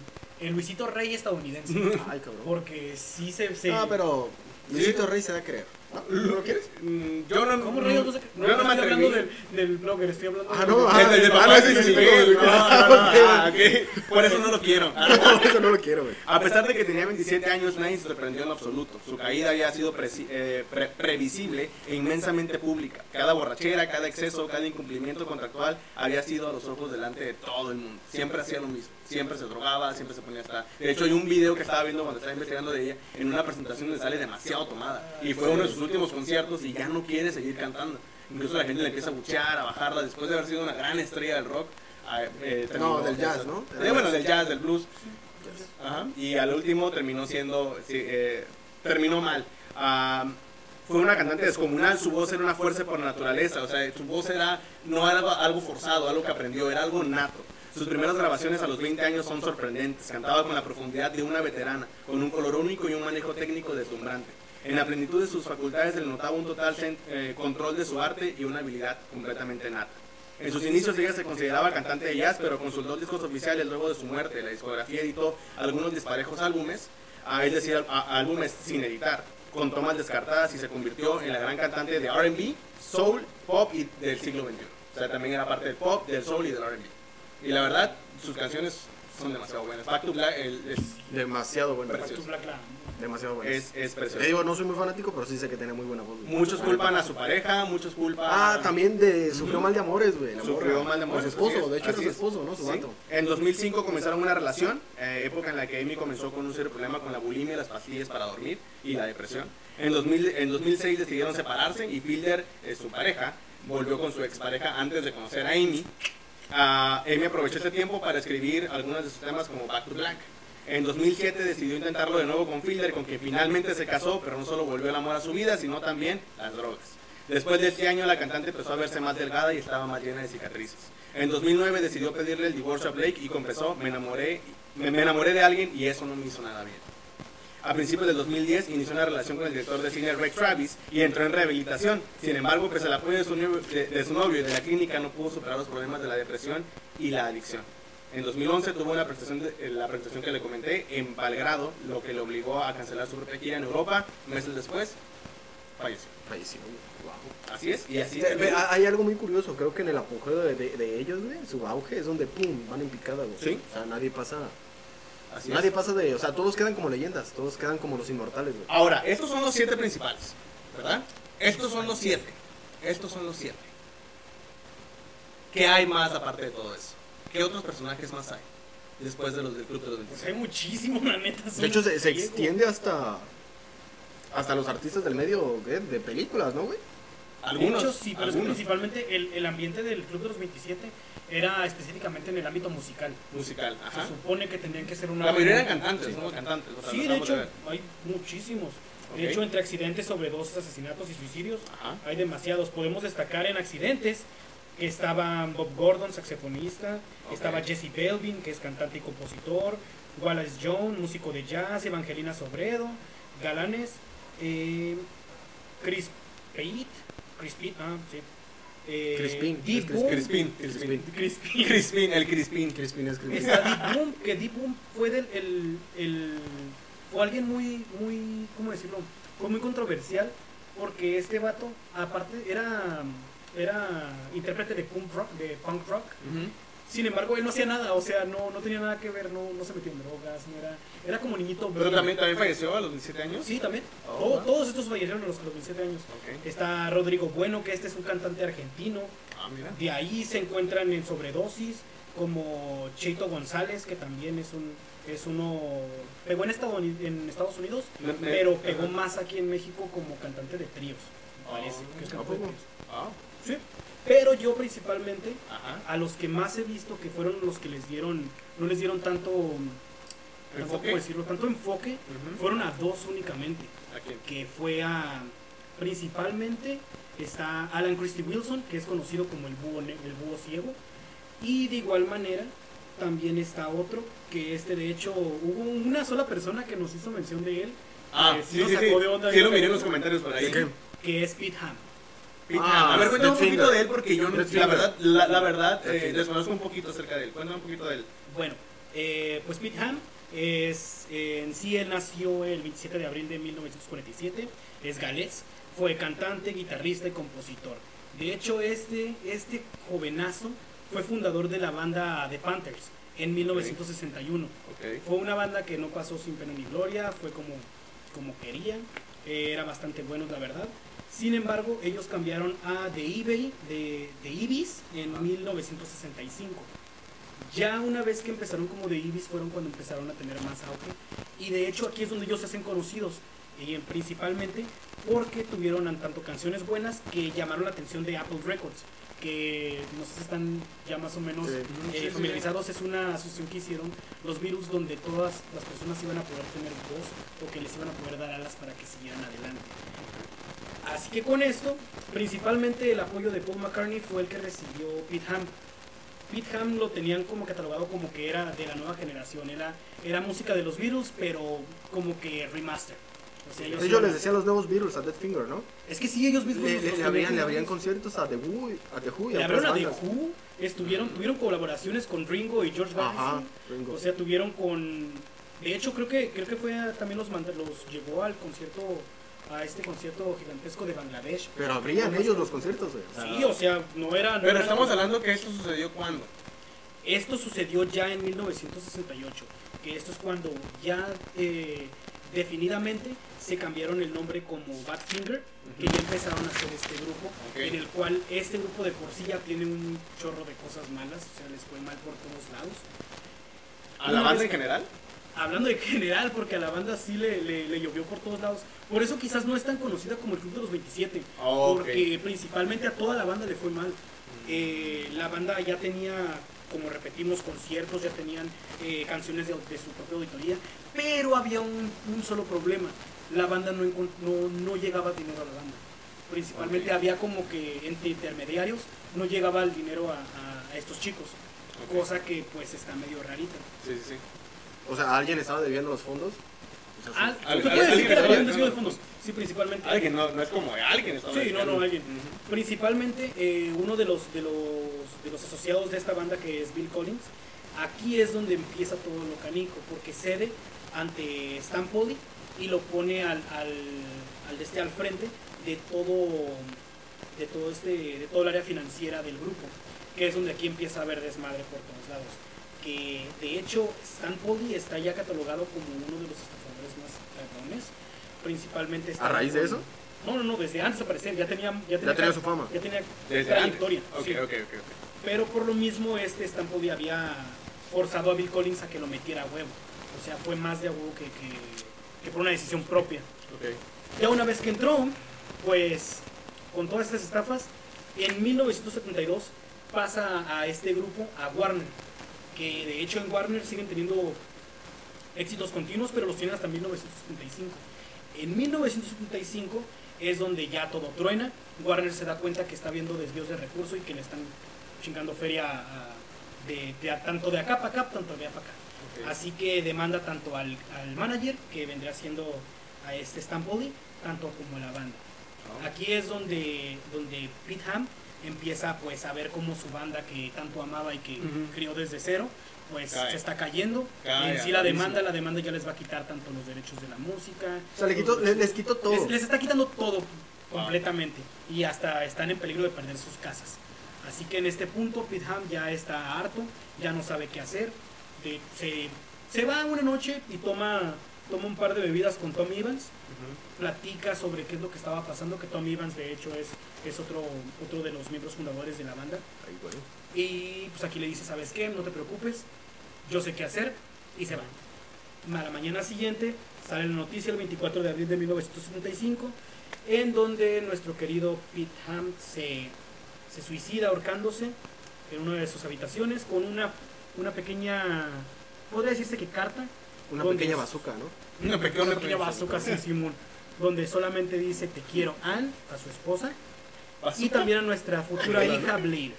el Luisito Rey estadounidense.
Ay, cabrón.
porque sí se... se
Ah,
No, pero.
Sí.
Luisito Rey se da a creer.
¿Lo quieres? Mm, Yo no...
¿Cómo rayos? No, sé- no,
yo no
no
me
estoy
atreví.
hablando del, del blogger, estoy hablando
Ah,
del-
no,
Ah,
ah,
el del
del
papá
papá,
es
sí, sí,
Miguel.
no, no,
Ah,
no,
ah, ok. Por eso no lo quiero.
Eso no lo quiero, güey.
A pesar de que tenía 27 años, nadie se sorprendió en lo absoluto. Su caída había sido presi- eh, pre- previsible e inmensamente pública. Cada borrachera, cada exceso, cada incumplimiento contractual había sido a los ojos delante de todo el mundo. Siempre hacía lo mismo. Siempre se drogaba, siempre se ponía hasta. De hecho, hay un video que estaba viendo cuando estaba investigando de ella en una presentación donde sale demasiado tomada. Y fue uno de sus últimos conciertos y ya no quiere seguir cantando. Incluso la gente le empieza a buchear, a bajarla después de haber sido una gran estrella del rock. ah, eh, terminó-
del jazz, ¿no?
Eh, bueno, del jazz, del blues. Ajá. Y al último terminó siendo, sí, eh, terminó mal. Ah, fue una cantante descomunal, su voz era una fuerza por naturaleza, o sea, su voz era, no era algo- algo forzado, algo que aprendió, era algo nato. Sus primeras grabaciones a los 20 años son sorprendentes, cantaba con la profundidad de una veterana, con un color único y un manejo técnico deslumbrante. En la plenitud de sus facultades se le notaba un total sen- eh, control de su arte y una habilidad completamente nata. En sus inicios ella se consideraba cantante de jazz, pero con sus dos discos oficiales luego de su muerte, la discografía editó algunos disparejos álbumes, ah, es decir, a- a- álbumes sin editar, con tomas descartadas y se convirtió en la gran cantante de RB, soul, pop y del siglo XXI. O sea, también era parte del pop, del soul y del RB. Y la verdad, sus canciones son demasiado buenas. Back to Black el- es,
Demasiado bueno.
Back to Black Lamb.
Demasiado bueno.
es, es
Te
precioso.
digo, no soy muy fanático, pero sí sé que tiene muy buena voz. güey.
Muchos culpan a su pareja, muchos culpan
Ah, también de sufrió mal de amores, güey. la
Sufrió
morra.
mal de amor.
Con su esposo, de hecho
Así
era su
es.
esposo, ¿no? Su
Sí.
vato.
En 2005 comenzaron una relación, eh, época en la que Amy comenzó con un serio problema con la bulimia, las pastillas para dormir y la depresión. En, 2000, en 2006 decidieron separarse y Fielder, eh, su pareja, volvió con su expareja antes de conocer a Amy. Ah, Amy aprovechó este tiempo para escribir algunos de sus temas como Back to Black. En 2007 decidió intentarlo de nuevo con Fielder, con quien finalmente se casó, pero no solo volvió el amor a su vida, sino también las drogas. Después de este año, la cantante empezó a verse más delgada y estaba más llena de cicatrices. En 2009 decidió pedirle el divorcio a Blake y confesó, me enamoré, me, me enamoré de alguien y eso no me hizo nada bien. A principios del 2010 inició una relación con el director de cine Rex Travis y entró en rehabilitación. Sin embargo, pese al apoyo de su, novio, de- de su novio y de la clínica, no pudo superar los problemas de la depresión y la adicción. En 2011 tuvo una presentación, de- eh, la presentación que le comenté en Belgrado, lo que le obligó a cancelar su propia gira en Europa. Meses después, falleció.
Falleció, güey. Wow.
Así es, y así
Sí, ve, ah, ha- Hay algo muy curioso, creo que en el apogeo de, de- de ellos, güey, su auge es donde pum, van en picada, güey.
Sí.
O sea, nadie pasa,
Así es.
nadie pasa de, o sea, todos quedan como leyendas, todos quedan como los inmortales, güey.
Ahora, estos son los siete principales, ¿verdad? Estos son los siete. Estos son los siete. ¿Qué hay más aparte de todo eso? ¿Qué otros personajes más hay después de los del Club de los
Pues hay
26?
muchísimo, la neta. es
De hecho,
un
se, se
friego.
extiende hasta hasta los artistas del medio ¿qué? de películas, ¿no, güey?
Algunos.
de hecho, sí, pero es que
algunos
principalmente el, el ambiente del Club de los 27 era específicamente en el ámbito musical.
musical, ajá.
Se supone que tenían que ser una...
La mayoría eran
banda-
cantantes, ¿no? Cantantes. o sea,
Sí,
los
de
acabamos
hecho,
ver.
hay muchísimos.
Ok.
De hecho, entre accidentes, sobredoses, asesinatos y suicidios,
Ajá.
hay demasiados. Podemos destacar en accidentes. Estaban Bob Gordon, saxofonista.
Ok.
Estaba Jesse Belvin, que es cantante y compositor. Wallace Jones, músico de jazz. Evangelina Sobredo. Galanes. eh, Chris Pate. Chris Pate, ah, sí. eh,
Crispin,
Deep
es
Boom.
Crispin,
Crispin.
Crispin.
Crispin.
Crispin, el Crispin.
Crispin es Crispin.
Está Deep Boom, que Deep Boom fue del, el, el- fue alguien muy, muy, ¿cómo decirlo? Fue muy controversial porque este vato, aparte, era, era intérprete de punk rock, de punk rock. Sin embargo, él no hacía nada, o sea, no, no tenía nada que ver, no, no se metía en drogas, no era, era como niñito.
Pero también, también falleció a los 17 años.
Sí, también.
Oh,
Todo-
wow.
todos estos fallecieron a los, a los 17 años.
Ok.
Está Rodrigo Bueno, que este es un cantante argentino.
Ah, mira.
De ahí se encuentran en sobredosis, como Cheito González, que también es un es uno pegó en Estados Unidos, en Estados Unidos
Me- me-
pero pegó
ajá.
más aquí en México como cantante de tríos. me Parece
Ah,
que es
¿a
cantante de
poco?
tríos.
Ah,
Sí. Pero yo principalmente
ajá.
a los que más he visto que fueron los que les dieron no les dieron tanto tanto,
¿Enfoque?
¿cómo decirlo? tanto enfoque
Ujú.
fueron a dos únicamente
¿A quién?
que fue a principalmente está Alan Christie Wilson, que es conocido como el búho, ne- el búho ciego, y de igual manera también está otro, que este de hecho hubo una sola persona que nos hizo mención de él,
Ah,
Eh, sí
sí,
lo
sí,
sacó
sí.
de onda,
Sí
¿no?
lo miré en los comentarios por ahí.
¿Qué?
que es Pete Ham.
Pete
Ah,
Ham. a ver, cuéntame un
Red
poquito
Finger.
de él porque yo no-
Red
la
Finger.
verdad, la, la verdad,
Red
eh,
Finger.
desconozco un poquito acerca de él. Cuéntame un poquito de él.
Bueno, eh, pues Pete Ham es, eh, en sí él nació el 27 de abril de 1947, es galés, fue cantante, guitarrista y compositor. De hecho, este, este jovenazo fue fundador de la banda The Panthers en 1961.
Ok.
Fue una banda que no pasó sin pena ni gloria, fue como, como querían, eh, era bastante bueno la verdad. Sin embargo, ellos cambiaron a The eBay, de, de Ibis, en 1965. Ya una vez que empezaron como The Ibis fueron cuando empezaron a tener más auge. Y de hecho aquí es donde ellos se hacen conocidos, y en- principalmente porque tuvieron an- tanto canciones buenas que llamaron la atención de Apple Records, que no sé si están ya más o menos
Sí.
eh,
Sí, sí,
familiarizados, es una asociación que hicieron los virus donde todas las personas iban a poder tener voz o que les iban a poder dar alas para que siguieran adelante. Así que con esto, principalmente el apoyo de Paul McCartney fue el que recibió Pete Ham. Pete Ham lo tenían como catalogado como que era de la nueva generación, era, era música de los Beatles, pero como que remaster. O sea, ellos
Ellos
iban-
les decían los nuevos Beatles a Dead Finger, ¿no?
Es que sí, ellos mismos...
Le,
los-
le-
los
le
tenían
abrían, le
como-
abrían conciertos a The Who, a The Who y
Le
a otras
abrieron a The
bandas.
Who, estuvieron, tuvieron colaboraciones con Ringo y George
Ajá,
Harrison.
Ringo.
O sea, tuvieron con. De hecho, creo que creo que fue a- también los manda- los llevó al concierto a este concierto gigantesco de Bangladesh.
Pero abrían ellos los conciertos, güey.
Sí, o sea, no era. no
Ah. Pero
era-
estamos hablando que esto sucedió cuando.
Esto sucedió ya en 1968, que esto es cuando ya eh, definidamente se cambiaron el nombre como Badfinger, que ya empezaron a hacer este grupo,
Ok.
en el cual este grupo de por sí ya tiene un chorro de cosas malas, o sea, les fue mal por todos lados.
¿A la
Una
banda
vez-
en general?
Hablando de general, porque a la banda sí le, le- le llovió por todos lados. Por eso quizás no es tan conocida como el Club de los 27.
Oh, ok.
Porque principalmente a toda la banda le fue mal. Eh, la banda ya tenía, como repetimos, conciertos, ya tenían eh, canciones de, de su propia auditoría. Pero había un, un solo problema. La banda no, encon- no, no llegaba dinero a la banda. Principalmente
Ok.
había como que entre intermediarios no llegaba el dinero a, a- a estos chicos.
Ok.
Cosa que pues está medio rarita.
Sí, sí, sí.
O sea, alguien estaba debiendo los fondos. O sea,
Al-
sí.
Al-
se
al-
puede decir
alguien
que la
estaba
habían
buscando.
desvío de fondos. Sí, principalmente.
Alguien, no, no es como alguien. estaba
Sí, no, no,
dedicando.
alguien.
Ujú.
Principalmente eh, uno de los, de, los, de los asociados de esta banda que es Bill Collins. Aquí es donde empieza todo lo canico, porque cede ante Stan Poli y lo pone al, al, al, de este, al frente de todo, de, todo este, de todo el área financiera del grupo, que es donde aquí empieza a haber desmadre por todos lados. Que de hecho Stan Poli está ya catalogado como uno de los estafadores más cabrones. Principalmente está
¿A raíz de
con-
eso?
no, no, no, desde antes de aparecer ya tenía, ya tenía,
Ya tenía su fama.
ya tenía
Desde antes.
trayectoria.
Ok,
sí.
ok, ok, ok.
Pero por lo mismo este Stampede había forzado a Bill Collins a que lo metiera a huevo. O sea, fue más de a huevo que, que- que por una decisión propia.
Ok.
Ya una vez que entró, pues con todas estas estafas, en 1972 pasa a este grupo, a Warner, que de hecho en Warner siguen teniendo éxitos continuos, pero los tienen hasta 1975. En 1975 es donde ya todo truena, Warner se da cuenta que está viendo desvíos de recursos y que le están chingando feria a- a- de, de a- tanto de acá para acá, tanto de allá para acá.
Ok.
Así que demanda tanto al, al manager, que vendría siendo a este Stan Poli, tanto como a la banda. Aquí es donde, donde Pete Ham empieza pues a ver cómo su banda que tanto amaba y que
Ujú.
crió desde cero, pues
Cae.
se está cayendo.
Cae
en sí
a
la
la misma.
demanda, la demanda ya les va a quitar tanto los derechos de la música.
O sea, le quito-
los-
les, les quito todo.
les, les está quitando todo completamente y hasta están en peligro de perder sus casas. Así que en este punto Pete Ham ya está harto, ya no sabe qué hacer. de- se, se va una noche y toma, toma un par de bebidas con Tom Evans, platica sobre qué es lo que estaba pasando, que Tom Evans de hecho es, es otro, otro de los miembros fundadores de la banda.
Ay, güey.
Y pues aquí le dice, ¿sabes qué? No te preocupes, yo sé qué hacer. Y se va. A la mañana siguiente sale la noticia el 24 de abril de 1975, en donde nuestro querido Pete Ham se, se suicida ahorcándose en una de sus habitaciones con una, una pequeña, podría decirse que carta,
Una
¿Dónde
pequeña
es?
bazooka, ¿no?
Una pequeña
una pequeña
bazooka.
bazooka, sí, Simón, donde solamente dice te quiero Ann, a su esposa,
Bazooka.
y también a nuestra futura
Claro, ¿no?
hija Blair.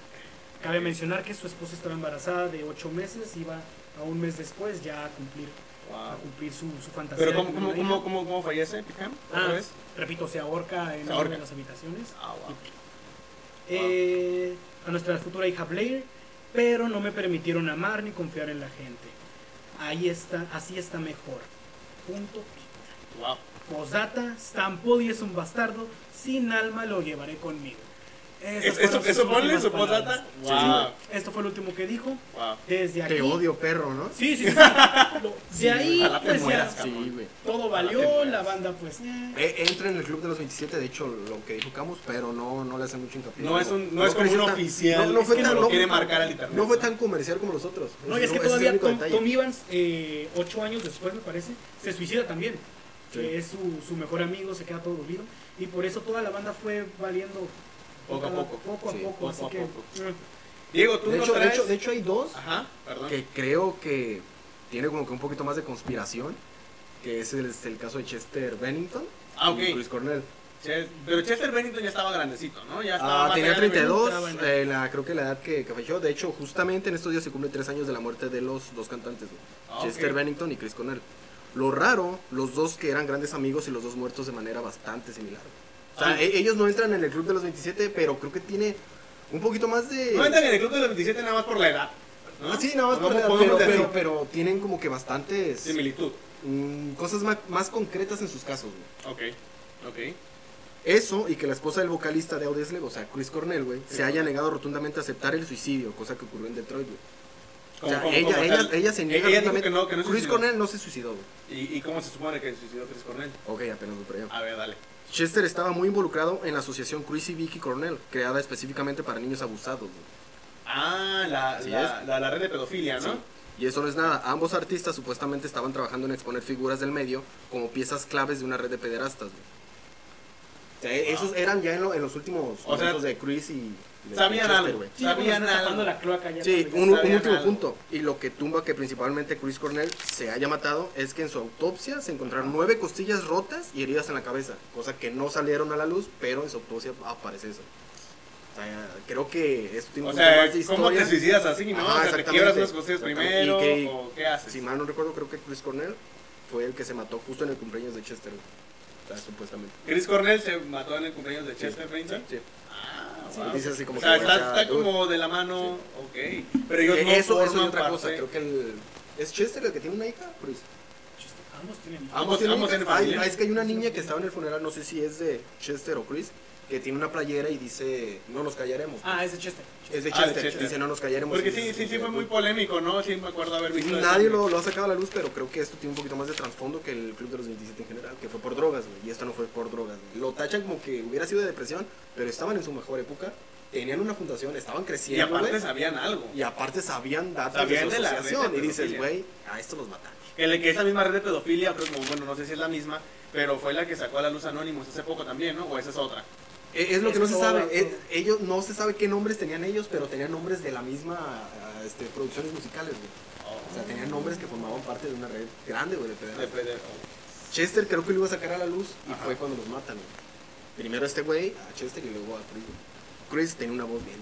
Cabe mencionar que su esposa estaba embarazada de ocho meses, iba a un mes después ya a cumplir, a
Wow.
cumplir su, su fantasía.
Ah. Pero
de
¿cómo,
tener
cómo,
una hija.
cómo, cómo, cómo fallece Picam? ¿Otra
Ah,
vez?
repito, se ahorca en
Se
una
ahorca.
de las habitaciones.
Ah, wow.
Eh, a nuestra futura hija Blair, pero no me permitieron amar ni confiar en la gente. Ahí está, así está mejor. Punto.
Wow.
Posdata, Stampoli es un bastardo, sin alma lo llevaré conmigo. Esas
¿Es-
fueron
¿Eso,
sus
eso ponle
últimas
su
palabras.
postdata?
Sí,
Wow.
Esto fue lo último que dijo.
Wow.
Desde aquí.
Te odio, perro, ¿no?
Sí, sí, sí. Lo-
Sí,
de ahí,
ojalá te
pues
mueras,
ya.
cabrón.
güey.
Todo
te
valió,
mueras.
la banda, pues. eh.
Eh, entra en el club de los 27, de hecho, lo que dijo Camus, pero no, no le hace mucho hincapié.
No es, un, no es como
creció
un
tan-
oficial
No, no fue
que
tan,
no lo
no-
quiere marcar al internet.
no fue tan comercial como los otros.
No, y es que
Ese el
todavía
único
Tom,
detalle.
Tom Evans, eh, ocho años después, me parece, se suicida también. Que es su, su mejor amigo, se queda todo dolido. Y por eso toda la banda fue valiendo
Poco a
cada-
poco.
Poco a
Sí,
poco.
poco
así
a
que.
poco.
eh,
Diego, tú
de,
no
hecho, de,
traes...
hecho, de hecho, hay dos
Ajá, perdón.
que creo que tiene como que un poquito más de conspiración, que es el, el caso de Chester Bennington
Ah, ok.
y Chris Cornell.
Ches- Pero Chester Bennington ya estaba grandecito, ¿no? Ya estaba
Ah,
más
tenía
allá de
32,
veinte. Ah, bueno.
eh, la, creo que la edad que, que falleció. De hecho, justamente en estos días se cumplen tres años de la muerte de los dos cantantes, güey.
Ah, ok.
eh, Chester Bennington y Chris Cornell. Lo raro, los dos que eran grandes amigos y los dos muertos de manera bastante similar. O sea,
Ah.
e- ellos no entran en el club de los 27, pero creo que tiene un poquito más de...
No entran en el club de los 27 nada más por la edad. ¿no?
Ah, sí, nada más por
Podemos-
la edad,
podemos
pero,
decir
pero, pero tienen como que bastantes
Similitud.
mm, cosas ma- más, concretas en sus casos. güey.
Ok, ok.
Eso y que la esposa del vocalista de Audioslave, o sea, Chris Cornell, güey,
Sí,
se haya
correcto.
negado rotundamente a aceptar el suicidio, cosa que ocurrió en Detroit, güey. O
Como-
sea,
como-
ella,
como
ella,
tal.
ella se niega
Ella dijo
rotundamente.
que no, que no se
Chris
suicidó.
Cornell no se suicidó, güey.
¿Y, ¿Y cómo se supone que se suicidó Chris Cornell?
Ok, apenas voy por allá.
A ver, dale.
Chester estaba muy involucrado en la asociación Chris y Vicky Cornell, creada específicamente para niños abusados. güey.
Ah, la,
Así
la, la, la red de pedofilia, ¿no?
Sí. Y eso no es nada, ambos artistas supuestamente estaban trabajando en exponer figuras del medio como piezas claves de una red de pederastas. güey. O sea, e-
Wow.
Esos eran ya en, lo- en los últimos
O sea,
momentos de Chris y, y de
sabían
Chester,
algo.
güey.
Sí, bueno,
Sabían
está tapando
algo.
la cloaca ya.
Sí,
también.
un, un
sabían
último
algo.
punto. Y lo que tumba que principalmente Chris Cornell se haya matado es que en su autopsia se encontraron nueve costillas rotas y heridas en la cabeza, cosa que no salieron a la luz, pero en su autopsia aparece eso. O sea, creo que esto tiene
O
un
sea,
poco más de
¿cómo te
historia.
suicidas así, no? o
Ajá,
sea, te
exactamente.
quiebras unas costillas
Exactamente.
primero,
Y que-
o qué haces.
Si mal no recuerdo, creo que Chris Cornell fue el que se mató justo en el cumpleaños de Chester, o sea, supuestamente.
Chris Cornell se mató en el cumpleaños de Chester Bennington.
Sí.
Ah,
Sí,
wow.
dice así como
o sea,
que
está,
fuera-
está como de la mano, ok. Pero ellos
Eh,
no
eso, eso
forman
es otra cosa,
parte-
creo que el... ¿Es Chester el que tiene una hija, Chris?
Chiste, Ambos tienen hijos.
Ambos-
tienen
ambos
hijas.
tienen
Ay,
familia.
ah, es que hay una niña que estaba en el funeral, no sé si es de Chester o Chris, que tiene una playera y dice, no nos callaremos.
Ah, es de Chester.
es de
ah, de
Chester,
Chester.
dice, no nos callaremos.
Porque
Y
sí,
dice,
sí, sí, fue
"Pues,
muy polémico, ¿no? Sí, me acuerdo haber visto. eso.
Nadie lo, lo ha sacado a la luz, pero creo que esto tiene un poquito más de trasfondo que el Club de los 27 en general, que fue por drogas, güey, y esto no fue por drogas. güey. Lo tachan como que hubiera sido de depresión, pero estaban en su mejor época, tenían una fundación, estaban
Y
creciendo,
aparte
güey,
sabían algo.
y aparte sabían datos
Sabían
de
de
su
la
asociación,
red de
y dices,
pedofilia.
güey, a esto los mataron.
Que, le- que esa misma red de pedofilia, pero como, bueno, no sé si es la misma, pero fue la que sacó a la luz Anonymous hace poco también, ¿no? O esa es otra.
Eh, Es, lo que
Es
no se
todo,
sabe.
todo.
eh, ellos no se sabe qué nombres tenían ellos, pero tenían nombres de la misma ah, este, producciones musicales, güey. O sea, tenían nombres que formaban parte de una red grande, güey, de
Oh, De-
pedazos.
de- de-
Chester creo que lo iba a sacar a la luz y
Ajá.
fue cuando los matan, güey. Primero a este güey, a Chester y luego a Chris. güey. Chris tenía una voz bien.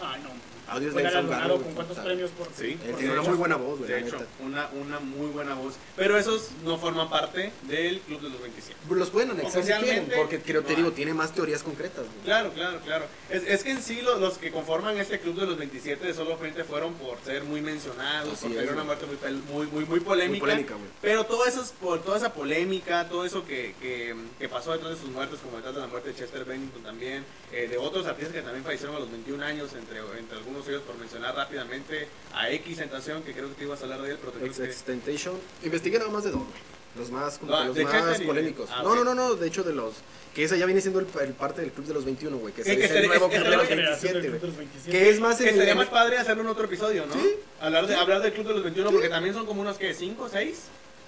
Ah, no.
Audios
Fue
de Nelson
galardonado
Garro,
con cuántos
puta.
premios por.
Sí.
Él
Por
tiene una
hecho,
muy buena voz, güey.
De
la
hecho,
neta.
una, una muy buena voz. Pero esos no forman parte del Club de los 27.
Los pueden anexar si quieren,
Oficialmente,
porque creo, te
no
digo,
hay.
tiene más teorías concretas, güey.
Claro, claro, claro. Es, es que en sí lo- los, que conforman este club de los 27 de Solo Frente fueron por ser muy mencionados,
Así
por
es,
tener una
güey.
muerte muy, pel- muy, muy, muy polémica.
Muy polémica, güey.
Pero todo eso, es por, toda esa polémica, todo eso que, que, que pasó detrás de sus muertes, como detrás de la muerte de Chester Bennington también, eh, de otros artistas que también fallecieron a los 21 años, entre, entre algunos de ellos, por mencionar rápidamente a X Tentación, que creo que te ibas a hablar de él, pero te creo
Ex-
que...
Ex Temptation. Investigué nada más de dos, güey. Los más, como
Ah,
que los
de
más
Chester y-
polémicos.
ah,
no,
ok.
no, no, no, de hecho de los... Que esa ya viene siendo el, el parte del Club de los 21, güey. Que
Eh,
se
que
dice el
se-
nuevo
es- es
Club
la
de los
nueva
generación
27,
del Club
güey.
de los 27.
Que es más
Que
en
sería
el...
más padre hacer un otro episodio, ¿no?
Sí.
Hablar, de, hablar del Club de los 21, porque también son como unos, que ¿5, 6?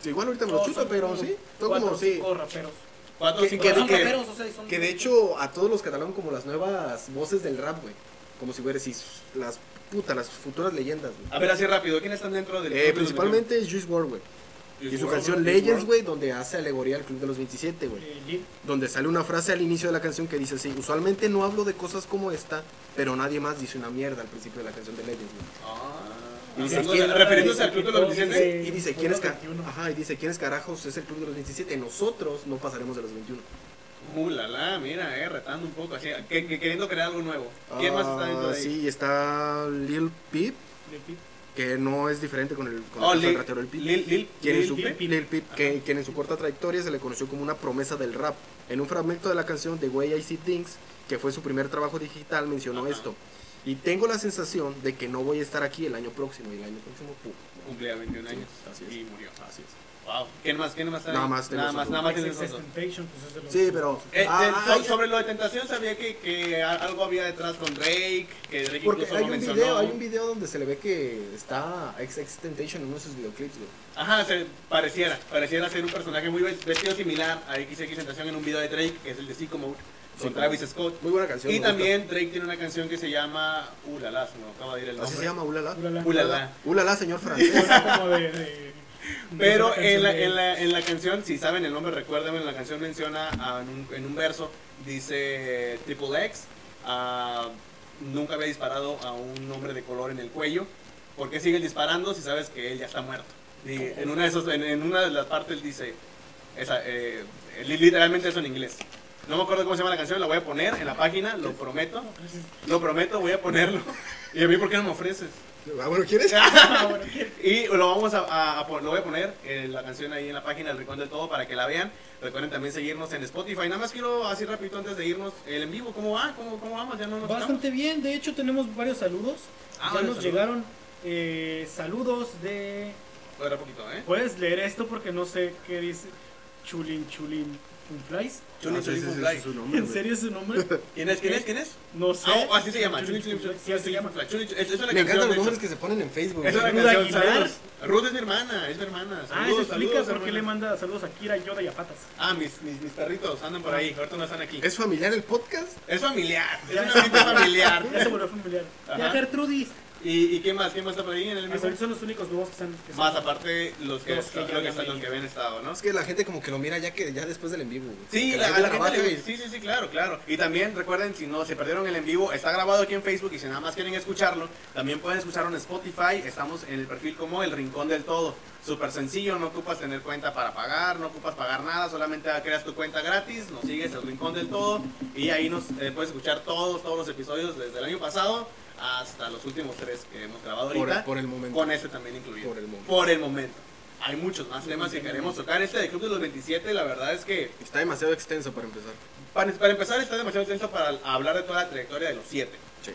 Igual ahorita me
Oh,
lo
son
chuto, pero
como
sí. Todo
cuatro,
como, sí.
cinco raperos.
¿Cuatro,
Que-
cinco?
que-
¿no?
que-
raperos, o sea, son-
Que de hecho a todos los catalogan como las nuevas voces del rap, güey. Como si fueras las putas, las futuras leyendas, güey.
A ver, así rápido, ¿quiénes están dentro Ah, del
Eh,
Club de los 21?
principalmente es Juice WRLD, güey. Y su canción Legends, güey, donde hace alegoría al Club de los 27, güey.
Eh, Lil,
donde sale una frase al inicio de la canción que dice así, usualmente no hablo de cosas como esta, pero nadie más dice una mierda al principio de la canción de Legends. güey".
Ah,
Y dice,
hablando-
¿quién-
refiriéndose al Club de los 27.
Eh,
y dice,
fue
¿quién es,
los
ca-
21.
Ajá, y dice, ¿quiénes carajos es el club de los 27? Nosotros no pasaremos de los 21.
Uh, la, la, mira, eh, retando un poco, así, que- que- queriendo crear algo nuevo. ¿Quién más está dentro
Ah,
de ahí?
Sí, está Lil Peep,
Lil Peep.
que no es diferente con el, con
Oh,
el
Lil,
ratero, el Peep.
Lil, Lil,
quien, en
Lil
su,
Peep.
Lil Peep, que, quien en su corta trayectoria se le conoció como una promesa del rap. En un fragmento de la canción The Way I See Things, que fue su primer trabajo digital, mencionó
Ajá.
esto. Y tengo la sensación de que no voy a estar aquí el año próximo. Y el año próximo, pum, ¿no?
Cumplía 21 años
así es.
y murió.
Así es.
Wow. ¿Quién más? ¿Quién más está ahí?
Nada
Nada
más tenemos
más,
otro.
nada más
Ex-
tienes
Ex
esos dos.
Temptation, pues es de los-
Sí, pero...
Eh, eh,
ah,
so-
hay-
sobre lo de tentación sabía que, que a- algo había detrás con Drake, que Drake
porque
incluso
hay
lo
un,
mencionó.
video, hay un video donde se le ve que está ex Extentation en uno de sus videoclips, güey.
Ajá, se, pareciera, pareciera ser un personaje muy ve- vestido similar a XX Tentación en un video de Drake, que es el de Psycho Mode, con
Psycho
Travis
Mode.
Scott.
Muy buena canción.
Y
me gusta.
también Drake tiene una canción que se llama Ulala, se me acaba de ir el nombre. Uh,
Así se llama, Ulala.
Ulala.
Ulala.
Ulala, señor francés.
Fue como de- de-
Pero
de-
en la,
de-
en, la, en la canción, si saben el nombre, recuérdenme, en la canción menciona ah, en, un, en un verso, dice Triple X, ah, nunca había disparado a un hombre de color en el cuello, ¿por qué sigues disparando si sabes que él ya está muerto? Y en, una de esas, en, en una de las partes dice, esa, eh, li- literalmente eso en inglés. No me acuerdo cómo se llama la canción, la voy a poner en la página, lo prometo, lo prometo, voy a ponerlo. ¿Y a mí por qué no me ofreces?
Ah, bueno, ¿quieres?
Ah, bueno, ¿quién?
Y lo vamos a, a- a pon- lo voy a poner eh, la canción ahí en la página del Rincón del Todo para que la vean. Recuerden también seguirnos en Spotify. Nada más quiero así rapidito antes de irnos el en vivo. ¿Cómo va? ¿Cómo, cómo vamos? Ya no nos
Bastante bien, de hecho tenemos varios saludos.
Ah, varios
ya nos
saludos.
llegaron eh, saludos de.
estamos. Espera poquito, ¿eh?
Puedes leer esto porque no sé qué dice. Chulin Chulin Funflies.
Chulin,
Ah, sí,
Chulin,
sí, sí,
Funfly.
sí, su nombre,
¿En
güey.
serio es su nombre?
¿Quién es? ¿Quién es? ¿Quién es?
No sé.
Ah, oh, así se llama. Chulin, Chulin, Chulin.
Funflies. Sí, así se llama.
Chulin, Chulin. Es, es una
Me
canción,
encantan los
de
nombres
hecho.
que se ponen en Facebook.
Es
güey.
una
Ruth
canción,
Aguilar.
saludos. Ruth es mi hermana, es mi hermana.
Ah, eso
Saludos,
explica
saludos,
por qué
hermana.
le manda saludos a Kira, Yoda y a Patas.
Ah, mis, mis, mis perritos andan por ahí. Ahorita no están aquí. Es,
¿Es familiar el podcast?
familiar. Es un ambiente familiar.
Ya se volvió familiar.
Ah. Ajá.
Ya Gertrudis.
¿Y, ¿Y quién más? ¿Quién más está por ahí en el
Hasta
mismo?
ahorita son los únicos nuevos que están. que
Más
son-
aparte los que,
Los que
los
ya
que,
habían
están- los que
venido.
habían estado, ¿no?
Es que la gente como que lo mira ya que ya después del en vivo, güey.
Sí,
Que
la,
gente
a la gente
rebaja,
le-
güey.
sí, sí, sí, claro, claro. Y también recuerden, si no se perdieron el en vivo, está grabado aquí en Facebook y si nada más quieren escucharlo, también pueden escucharlo en Spotify. Estamos en el perfil como El Rincón del Todo. Súper sencillo, no ocupas tener cuenta para pagar, no ocupas pagar nada, solamente creas tu cuenta gratis, nos sigues El Rincón del Todo y ahí nos eh, puedes escuchar todos, todos los episodios desde el año pasado hasta los últimos tres que hemos grabado
Por,
ahorita.
el- por el momento.
Con este también incluido.
Por el momento.
Por el momento. Hay muchos más temas que queremos tocar. Este de Club de los 27, la verdad es que
Está demasiado extenso para empezar.
para, para empezar está demasiado extenso para hablar de toda la trayectoria de los 7.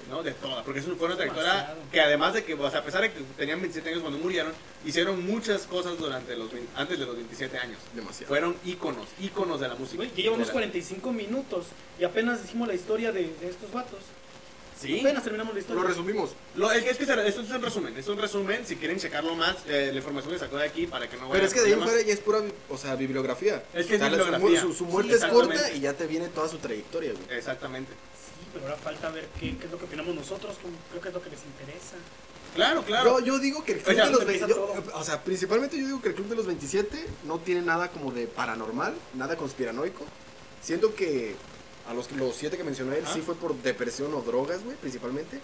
¿no? De toda, porque es una, fue una trayectoria
Demasiado.
que además de que, o sea, a pesar de que tenían 27 años cuando murieron, hicieron muchas cosas durante los, vein- antes de los 27 años.
Demasiado.
Fueron íconos, íconos de la música.
Güey, ya llevamos
De la-
45 minutos y apenas dijimos la historia de, de estos vatos.
Sí,
Apenas terminamos la historia.
Lo resumimos.
Lo- es que, es que se- esto es un resumen, es un resumen, si quieren checarlo más, eh, la información que sacó de aquí para que no
Pero
vayan
es que de ahí en
problemas.
fuera ya es pura, bi- o sea, bibliografía.
Es que es
O sea, la- su mu-
bibliografía.
Su, su
Sí,
muerte es corta
exactamente.
y ya te viene toda su trayectoria, güey.
Exactamente.
Sí, pero ahora falta ver qué, qué es lo que opinamos nosotros, como- creo que es lo que les interesa.
Claro, claro.
Yo, yo digo que el
O
club
sea,
de los
empieza
20 yo-
todo.
o sea, principalmente yo digo que el club de los 27 no tiene nada como de paranormal, nada conspiranoico. Siento que a los, los siete que mencionó él
Ajá.
sí fue por depresión o drogas, güey, principalmente.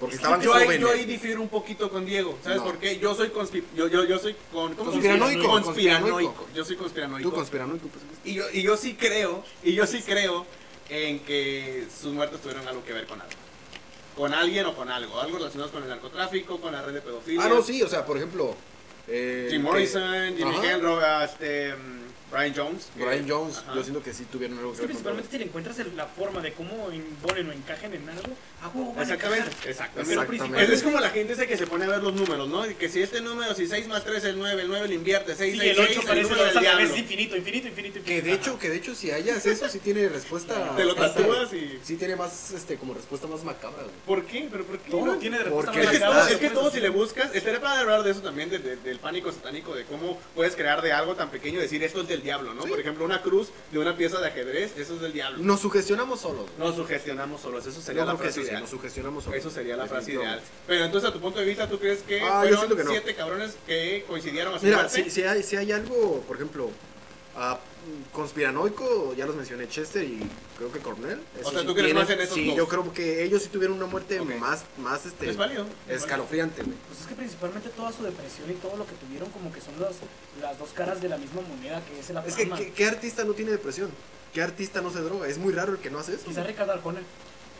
Porque estaban
yo, ahí,
jóvenes.
yo ahí difiero un poquito con Diego, ¿sabes
No.
por qué? Yo soy, conspi- yo, yo, yo soy con, ¿cómo se dice?
Conspiranoico,
Conspiranoico.
conspiranoico.
Yo soy conspiranoico.
Tú conspiranoico, pues.
Y yo, y yo sí creo, y yo sí creo en que sus muertos tuvieron algo que ver con algo. Con alguien o con algo. Algo relacionado con el narcotráfico, con la red de pedofilia.
Ah, no, sí, o sea, por ejemplo. eh,
Jim
que-
Morrison, Jimmy
Ajá.
Hendro, este, mm, Brian Jones. que-
Brian Jones,
Ajá.
yo siento que sí tuvieron algo
Es
que
que
ver con todo
principalmente si le encuentras el- la forma de cómo imponen o encajen en algo, ah, huevo, van a
Pues Exactamente,
encajar.
exactamente.
Pero
Exactamente.
Es,
principalmente-
es como la gente esa que se pone a ver los números, ¿no? Que si este número, si 6 más 3 es 9, el 9 le invierte, 6,
Sí,
6,
el 8 parece
número del
dos a la
diablo.
vez, infinito, infinito, infinito, infinito.
Que de hecho, que de hecho, si hallas eso, sí tiene respuesta.
Te lo
bastante-
tatúas y...
Sí tiene más, este, como respuesta más macabra, güey.
¿Por qué? ¿Pero por qué?
todo
no?
tiene de respuesta
Porque
Es que,
está-
todo,
marcada,
es que todo,
pues,
si le buscas, estaría para hablar de eso también, de- de- del pánico satánico, de cómo puedes crear de algo tan pequeño y decir esto es del diablo, ¿no? Por ejemplo, una cruz de una pieza de ajedrez, eso es del diablo.
Nos sugestionamos solos. güey.
Nos sugestionamos solos, eso sería
Yo
la
creo que
frase
eso sí,
ideal.
nos sugestionamos solos.
Eso sería la frase ideal.
Definitivamente.
Pero entonces, a tu punto de vista, ¿tú crees que
Ah,
fueron
yo siento que no.
siete cabrones que coincidieron a su
Mira,
muerte?
si, si hay, si hay algo, por ejemplo, ah, conspiranoico, ya los mencioné, Chester y creo que Cornell. Eso
sea,
sí
¿tú crees
tiene-
más en esos
Sí,
dos?
yo creo que ellos sí tuvieron una muerte
Ok.
más, más este,
Es válido. es válido.
escalofriante, güey.
Pues es que principalmente toda su depresión y todo lo que tuvieron como que son las, las dos caras de la misma moneda que es la
Es que,
fama.
¿qué, qué artista no tiene depresión? ¿Qué artista no se droga? Es muy raro el que no hace eso.
Quizás Ricardo Arjona.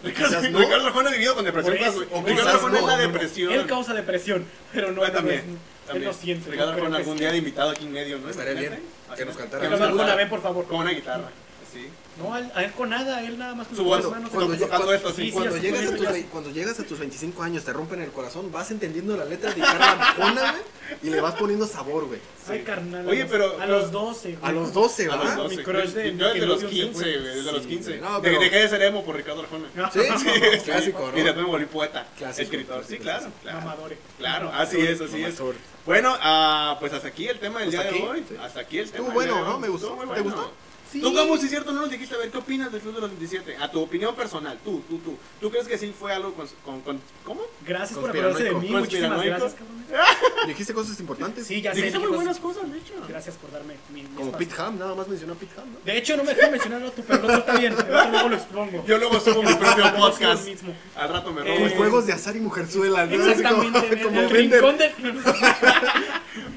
Pues,
Ricardo,
Quizás no.
Ricardo Arjona ha vivido con depresión.
Por eso,
güey.
o
Ricardo
quizás
Arjona
no,
es la
no, no.
depresión.
Él causa depresión, pero no
Ah, también,
no es- él
También.
lo siente.
Ricardo
¿no? Pero
Arjona
pues,
algún día de invitado aquí en medio, ¿no?
Estaría bien.
Imagínate.
Que nos cantara.
Que nos alguna vez, por favor.
Con una guitarra. Sí.
No, a él, a él con nada, él nada más con
Su
sus
bolso,
manos.
cuando
se-
yo-
Tocando esto,
Sí,
sí.
sí,
Cuando
así
llegas, a
fue,
tus,
ya
vei- cuando llegas a tus 25 años, te rompen el corazón, vas entendiendo la letra de cada Arjona, güey, y le vas poniendo sabor, güey.
Ay,
Sí.
carnal.
Oye,
a los-
pero-
A los 12, güey.
A los 12,
A los
¿verdad?
12.
mi crush
Yo
de-
desde
que
los
no dio
15,
se fue.
güey. Desde los
Sí,
15.
no,
De-
pero-
Dejé de ser emo por Ricardo Arjona.
Sí,
Sí,
clásico,
Y
¿no?
después me volví poeta,
Clásico,
escritor. Sí,
clásico.
claro, claro.
Mamadores.
Claro, así es, así es.
Mamador.
Bueno, ah, pues hasta aquí el tema del
¿Hasta
día de
aquí?
hoy.
Sí.
Hasta aquí el tema.
Estuvo
del
bueno,
día de hoy.
¿no? Me gustó.
Estuvo muy
¿Te
bueno.
gustó?
Tú como si cierto no nos dijiste, a ver, ¿qué opinas del Club de los 27? A tu opinión personal, tú, tú, tú. ¿Tú crees que sí fue algo con... con, con- ¿Cómo?
Gracias por acordarse de mí.
Conspiranoico.
Muchísimas gracias,
Conspiranoico.
cabrones.
Dijiste cosas importantes.
Sí, ya sé.
Dijiste
dije
muy buenas
cosas-
cosas, de hecho.
Gracias por darme mi, mi
Como
espacio.
Pete Ham, nada más menciona a Pete Ham, ¿no?
De hecho, no me dejó mencionar a tu pero no está bien. el otro Luego lo expongo.
Yo luego subo mi propio
Yo
podcast.
mismo.
Al rato me
Eh,
robo.
Con juegos de azar y mujerzuela, ¿no? Así como-
Exactamente. en
como
el
Bender.
rincón de-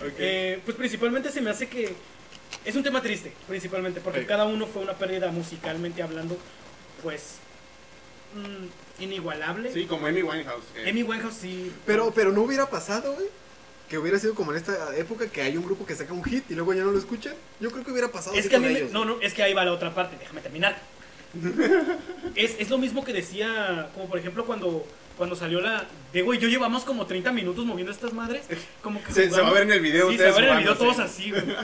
Ok.
Eh, pues principalmente se me hace que es un tema triste, principalmente, porque cada uno fue una pérdida musicalmente hablando, pues mm, inigualable.
Sí, como Amy Winehouse. eh, que-
Amy Winehouse sí.
Pero, pero no hubiera pasado, güey. Que hubiera sido como en esta época que hay un grupo que saca un hit y luego ya no lo escuchan. Yo creo que hubiera pasado
Es
así
que a
con
mí me-
ellos.
no, no, es que ahí va la otra parte, déjame terminar. es, es lo mismo que decía, como por ejemplo cuando cuando salió la Diego y yo llevamos como 30 minutos moviendo estas madres, como que
Se- se
jugamos.
va a ver en el video
Sí, se va
ustedes
a ver en el video
jugando,
todos
sí.
así, güey.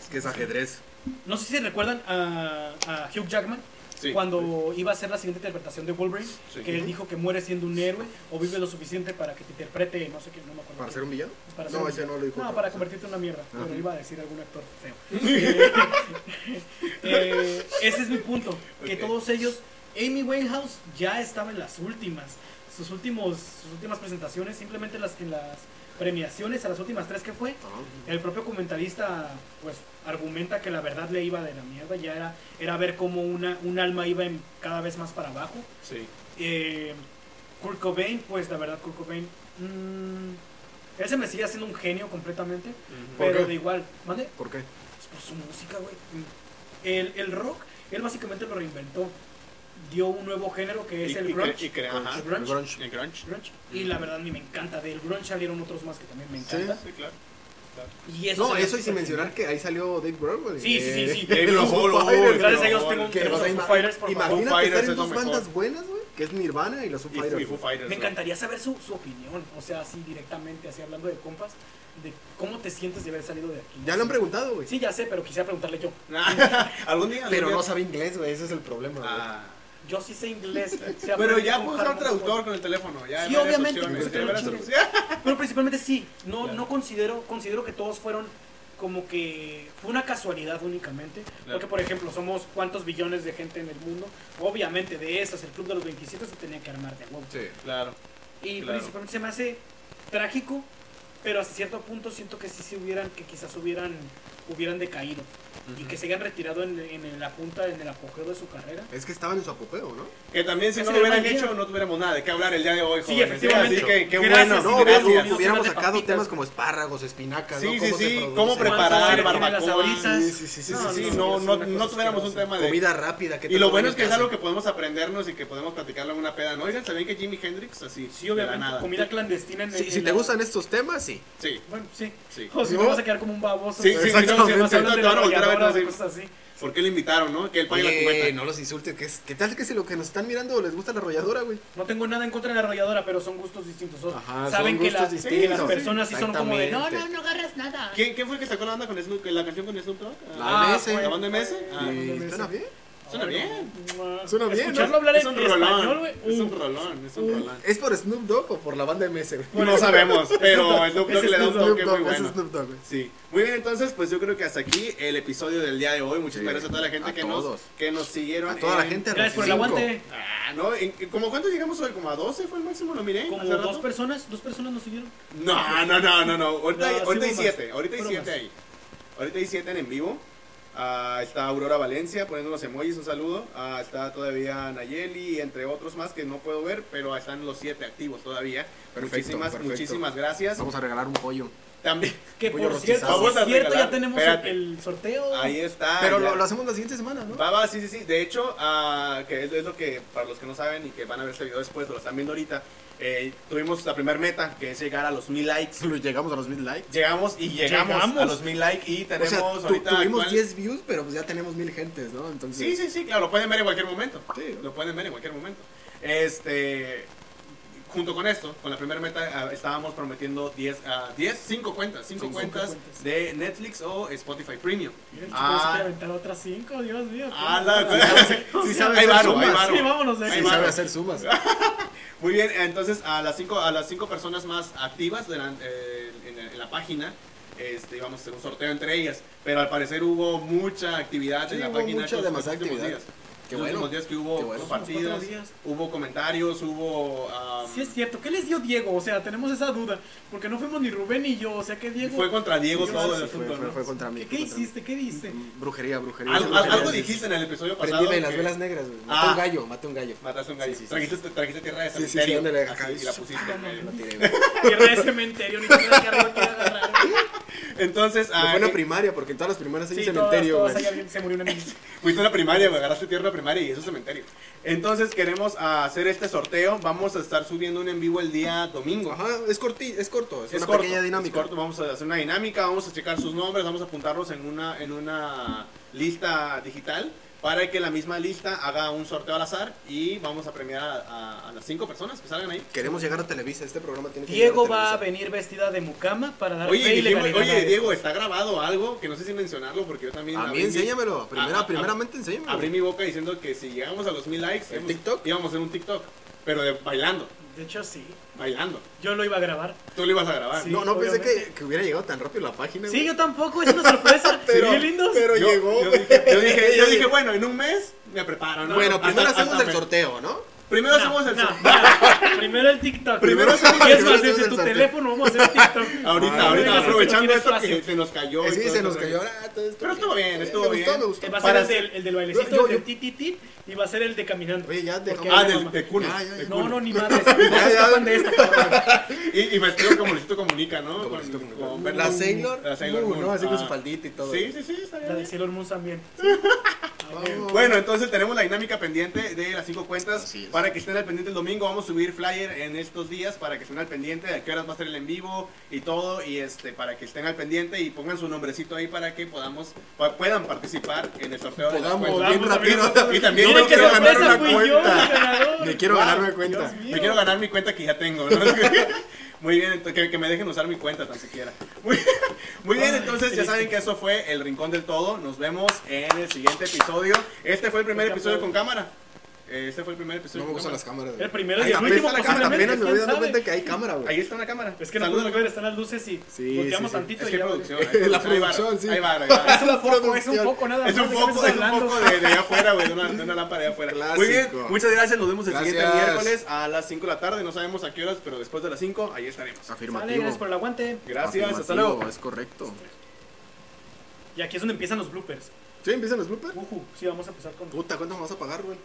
Es que es ajedrez.
No sé si recuerdan a, a Hugh Jackman
Sí.
cuando iba a hacer la siguiente interpretación de Wolverine,
Sí.
que él dijo que muere siendo un héroe o vive lo suficiente para que te interprete, no sé qué, no me acuerdo.
¿Para
qué.
ser un villano?
Para
no,
ser un-
ese no lo dijo.
No, para convertirte en una mierda,
Ajá.
pero iba a decir algún actor feo. Eh, eh, ese es mi punto, que
Ok.
todos ellos, Amy Winehouse ya estaba en las últimas, sus últimos, sus últimas presentaciones, simplemente las en las premiaciones, a las últimas tres que fue,
Ah.
el propio comentarista pues argumenta que la verdad le iba de la mierda, ya era, era ver cómo una, un alma iba en- cada vez más para abajo.
Sí.
Eh, Kurt Cobain, pues la verdad Kurt Cobain, mm, él se me sigue haciendo un genio completamente,
Ujú.
¿Por
pero
qué?
de igual, ¿mande?
¿Por qué?
Pues por su música, güey. El, el rock, él básicamente lo reinventó, dio un nuevo género que es
Y-
el
y cre-
grunge.
y cre- ajá.
El grunge.
El grunge.
grunge, Y la verdad a mí me encanta, del grunge salieron otros más que también me
Sí.
encanta.
Sí, claro.
Y eso se
No,
me hace
eso y sin
genial.
mencionar que ahí salió Dave Grohl, güey.
Sí, sí, sí, sí.
De los
Dave Grohl,
Foo Fighters,
Gracias a
güey.
Dios
Grohl.
tengo un
Que,
tenemos
o sea,
a Foo
ima-
Fighters, por favor.
Foo
Imagínate
Fighters
estar en
es lo
dos
mejor.
bandas buenas, güey, que es Nirvana y los Foo
Y Foo-
Fighters.
y Foo
güey.
Fighters.
Me
¿no?
encantaría saber su, su opinión, o sea, así directamente, así hablando de compas, de cómo te sientes de haber salido de aquí.
Ya lo han preguntado, güey.
Sí, ya sé, pero quisiera preguntarle yo.
Algún día.
Pero
algún día-
no sabe inglés, güey, ese es el problema, güey.
Ah.
Yo sí sé inglés. sé
Pero
hablar
ya
con
puedo usar
Harmon
traductor
Ford.
con el teléfono. Ya hay
Sí,
varias
obviamente,
opciones,
pues,
hay varias
claro.
opciones.
Pero principalmente sí, no,
Claro.
no considero, considero que todos fueron como que fue una casualidad únicamente. Porque, por ejemplo, somos cuántos billones de gente en el mundo. Obviamente, de esas, el club de los 27 se tenía que armar de huevo.
Sí.
Claro.
Y
Claro.
principalmente se me hace trágico, pero hasta cierto punto siento que sí se hubieran, que quizás hubieran hubieran decaído y que se hayan retirado en, en la punta, en el apogeo de su carrera.
Es que estaban en su apogeo, ¿no?
Que también si
Es
no
el
lo hubieran
mal día.
hecho, no tuviéramos nada de qué hablar el día de hoy,
Sí,
jóvenes.
efectivamente.
Así que, qué
Gracias,
bueno.
sí,
No,
gracias.
hubiéramos,
Dios,
hubiéramos
unas de
sacado
papitas.
temas como espárragos, espinacas,
Sí,
¿no?
sí,
Cómo se
sí.
producen.
Cómo preparar
se tienen las
barbacoa.
abritas.
Sí, sí, sí, sí,
No,
sí,
no,
sí.
no,
No,
es
no,
una
no
cosa
tuviéramos un
asquerosa.
tema de.
Comida rápida. ¿qué
Y
te
lo
comen
bueno
en
es que es
casa?
algo que podemos aprendernos y que podemos platicarlo en una peda. ¿No? Oigan, ¿sabían que Jimi Hendrix así?
Sí,
de la
obviamente,
nada.
comida clandestina en
Si,
en
si
la-
te gustan estos temas, sí.
Sí.
Bueno, sí.
Sí.
O si no
No.
vas a quedar como un baboso.
Sí, sí, sí, no, sí,
Exactamente. Más
sí,
hablan
no,
de
te van a voltear a ver,
rayadoras,
sí.
cosas así.
¿Por qué lo invitaron, no? Que él pague la
Oye,
cubeta.
no los insultes. ¿Qué, es- qué tal que si lo que nos están mirando les gusta la arrolladora, güey?
No tengo nada en contra de la arrolladora, pero son gustos distintos. Son-
Ajá,
Saben
son
que, la-
gustos
que
distintos,
las
sí.
personas sí son como de, no, no,
Exactamente.
no agarras nada.
¿Quién, quién fue el que sacó la banda con Snoop, la canción con Snoop Dogg?
La MS.
¿La banda MS? Ah,
Y suena bien.
suena bien.
Suena bien,
Escucharlo
¿no?
hablar
Es
en
un
español,
rolón.
güey.
Es un
uh,
rolón, es un rolón.
¿Es por Snoop Dogg o por la banda MS, güey?
No sabemos, pero Snoop Dogg
Ese
le da un
Snoop
toque muy
es
bueno.
Snoop Dogg, güey.
Sí. Muy bien, entonces, pues yo creo que hasta aquí el episodio del día de hoy. Muchas
Sí.
gracias a toda la
A
gente que nos,
todos.
que nos siguieron.
A toda la
en-
gente. a los
Gracias por el
cinco.
aguante.
Ah, no, ¿en- en- ¿Cómo cuánto llegamos hoy? ¿Como a 12 fue el máximo? ¿Lo miré?
Como
hace rato?
dos personas, dos personas nos siguieron.
No, no, no, no, no. Ahorita,
No,
hay-
sí
ahorita hay
hubo
siete.
más.
Ahorita hay
Fueron
siete
más.
ahí. Ahorita hay siete en, en vivo. Ah, está Aurora Valencia poniendo unos emojis, un saludo. Ah, está todavía Nayeli, entre otros más que no puedo ver, pero están los siete activos todavía.
Perfecto,
muchísimas,
perfecto.
muchísimas gracias.
Vamos a regalar un pollo.
También.
Que
Pollo
por cierto,
rostizado.
por
Vamos a Ah,
cierto, ya
regalar.
tenemos
Espérate.
el sorteo.
Ahí está.
Pero
Ah, ya.
lo, lo hacemos la siguiente semana, ¿no?
Va, va, sí, sí, sí. De hecho, ah, que es, es lo que para los que no saben y que van a ver este video después, o lo están viendo ahorita, eh, tuvimos la primera meta, que es llegar a los mil likes.
Lo Llegamos a los mil likes.
Llegamos y llegamos,
Llegamos.
a los mil likes y
O
tenemos
sea, tu-
ahorita
tuvimos
actual-
10 views, pero pues ya tenemos mil gentes, ¿no? Entonces,
Sí, sí, sí, claro, lo pueden ver en cualquier momento.
Sí.
Lo pueden ver en cualquier momento. Este, junto con esto, con la primera meta, ah, estábamos prometiendo 10, ah, 10, 5 cuentas, 5
Cinco
cuentas,
cuentas.
de Netflix o Spotify Premium.
Mira, el chico
Ah.
dice que aventar otras cinco, Dios mío.
Ah,
Sí,
sí,
sabe
hay
hacer
varo,
sumas.
hay varo.
Sí, vámonos de
Ahí
aquí.
Sí
va.
sabe hacer sumas.
Muy bien, entonces a las cinco, a las cinco personas más activas de la- eh, en, en la página este, íbamos a hacer un sorteo entre ellas, pero al parecer hubo mucha actividad
Sí,
en la
hubo
página.
mucha,
estos-
demasiada
estos últimos
actividad.
días.
Qué
Los
bueno.
últimos días que hubo
Qué bueno.
Los
compartidas,
últimos cuatro días.
hubo comentarios, hubo... ah,
Sí es cierto, ¿qué les dio Diego? O sea, tenemos esa duda, porque no fuimos ni Rubén ni yo, o sea, que Diego...
fue contra Diego
Sí,
todo
sí,
el
Fue,
asunto,
fue,
¿no?
fue contra mí.
¿Qué,
fue
qué
contra
hiciste? ¿Qué diste?
mí. Mm, Brujería, brujería.
Algo,
brujería.
algo dijiste en el episodio pasado.
Prendí de las
que
velas negras, güey. Maté
Ah.
un gallo, maté un gallo.
Mataste un gallo.
Sí, sí, sí.
trajiste, trajiste tierra de
Sí, sí, sí,
cementerio
ándale,
así,
acá.
y la pusiste. eh. en medio.
Lo tiré, güey.
Tierra de cementerio, ni siquiera de arriba quiero agarrar. ¿eh?
Entonces,
Me
ah,
fue en la
eh,
primaria, porque en todas las primarias hay
Sí,
un
todas,
cementerio,
todas
güey.
allá bien, se murió una niña.
Fuiste a la primaria, güey, agarraste tierra a la primaria y eso es cementerio. Entonces queremos ah, hacer este sorteo. Vamos a estar subiendo un en vivo el día domingo.
Ajá, es corti, es corto, es, una
corto,
pequeña dinámica.
es corto. Vamos a hacer una dinámica, vamos a checar sus nombres, vamos a apuntarlos en una, en una lista digital para que la misma lista haga un sorteo al azar y vamos a premiar a, a- a las cinco personas que salgan ahí.
Queremos llegar a Televisa, este programa tiene que
Diego
llegar
va a
Televisa.
venir vestida de mucama para dar
Oye,
fe y
dijimos-
legalidad a
oye
esto.
Diego, está grabado algo que no sé si mencionarlo porque yo también...
A mí
abrí mi-
enséñamelo, primera,
Ah, ah,
primeramente enséñamelo.
abrí mi boca diciendo que si llegamos a los mil likes
¿El
íbamos-
TikTok?
íbamos a hacer un TikTok, pero de, bailando.
De hecho, sí,
Bailando.
yo lo iba a grabar.
Tú lo ibas a grabar.
Sí.
no, no pensé que,
obviamente.
que hubiera llegado tan rápido la página.
Sí,
güey.
yo tampoco, es una sorpresa.
Pero-
Qué lindos.
pero
Yo-
llegó.
Yo
güey.
dije, yo dije, yo dije, bueno, en un mes me preparo. ¿no?
bueno,
Hasta-
primero
hasta-
hacemos
hasta
el
me-
sorteo, ¿no?
Primero hacemos el
No,
sorteo.
no, Primero el TikTok.
Primero hacemos
Y
el-
es más, desde
hacemos
tu
el
teléfono vamos a hacer TikTok.
Ahorita,
Ah,
ahorita,
bueno,
aprovechando
tienes
esto que
fácil.
se nos cayó. y
sí,
todo
se
eso.
nos cayó ahora. todo esto-
Pero estuvo bien,
Eh,
estuvo
me Gustó,
bien.
me gustó.
Va a ser
Para
el del, el del bailecito,
Yo- yo-
el del ti, ti, ti, y va a ser el de caminando.
Oye, ya
Porque
dejamos.
Ah,
ahí
del
mamá.
de culo.
Ya, ya, ya.
No, no, ni madre. No se escapan de esta, cabrón.
Y, y vestido como Luisito Comunica, ¿no?
Como
Con-
Luisito Comunica.
con Bernardo.
La Sailor.
La Sailor
uh,
Moon.
¿no? Así con su
Ah.
faldita y todo.
Sí, sí, sí, está
La de
bien.
Sailor Moon también. Pues
Vamos.
Bueno, entonces tenemos la dinámica pendiente de las cinco cuentas.
Así es.
Para que estén al pendiente el domingo, vamos a subir flyer en estos días para que estén al pendiente de a qué horas va a ser el en vivo y todo. Y este, para que estén al pendiente y pongan su nombrecito ahí para que podamos pa- puedan participar en el sorteo de las
Podamos,
cuentas.
bien
Vamos a abrir
rápido.
Y también
Miren
yo
qué
quiero ganar
sorpresa,
una
fui yo el
cuenta.
ganador.
Me quiero
Wow,
ganar una cuenta.
Dios mío.
Me quiero ganar mi cuenta que ya tengo. ¿no? Muy bien, ento- que, que me dejen usar mi cuenta tan siquiera. Muy, muy bien,
Ay,
entonces ya
triste.
saben que eso fue El Rincón del Todo. Nos vemos en el siguiente episodio. Este fue el primer
Porque
episodio con
aplaudo.
cámara. Eh, Este fue el primer episodio.
No me
con
gustan las
cámara.
cámaras.
El
güey.
primero y
Hasta
el
apenas-
último,
Hasta apenas me
posiblemente,
voy
¿quién
dando
sabe?
cuenta que hay cámara, güey.
Ahí está una cámara.
Es que no
Saludos.
podemos ver, están las luces y
Sí,
volteamos
sí, sí.
tantito
Es
y
que
ya.
hay producción. ¿eh? hay
La
Ahí va,
producción, sí.
Ahí va, ahí va.
Es un poco, es un
producción.
poco nada más.
Es un
¿de qué me
foco,
estás
es un
hablando?
foco de, de allá afuera, güey, de una, de una lámpara de allá afuera.
Clásico.
Muy bien, muchas gracias. Nos vemos el siguiente
Gracias.
miércoles a las 5 de la tarde. No sabemos a qué horas, pero después de las 5, ahí estaremos.
Sale, gracias por
Afirmativo.
el aguante.
Gracias, hasta
Afirmativo,
luego.
Es correcto.
Y aquí es donde empiezan los bloopers.
¿Sí? ¿Empiezan los bloopers?
Ujú, sí, vamos a empezar con.
Puta, ¿cuánto me vas a pagar, güey?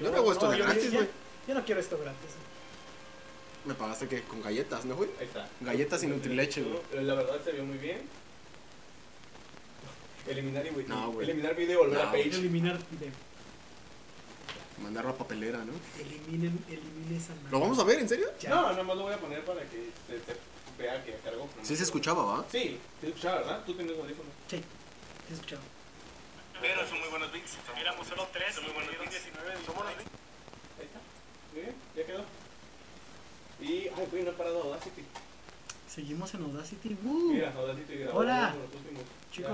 Yo no hago esto de
yo-
gratis,
yo-
güey.
Yo no quiero esto gratis.
Me pagaste que con galletas, ¿no, güey?
Ahí está. Eh,
Galletas y Nutrileche, güey.
La verdad se vio muy bien. Eliminar y güey.
No, güey.
Eliminar video y volver
No,
a page.
Eliminar video.
Mandarlo a papelera, ¿no?
Eliminen, eliminen esa madre.
¿Lo vamos a ver, en serio?
Ya.
No, nada más lo voy a poner para que se, se vea que cargo.
Sí se escuchaba, ¿va?
Sí, se escuchaba, ¿verdad? Tú tenías audífonos.
Sí, te he escuchado.
Pero son muy buenos beats. Éramos solo tres. Son muy buenos beats. Son buenos beats.
Ahí está. Muy bien, ya quedó. Y, ay, güey, no he parado Audacity.
Seguimos en Audacity. ¡Woo!
Mira, Audacity grabó
Hola.
uno de los últimos.
Chicos,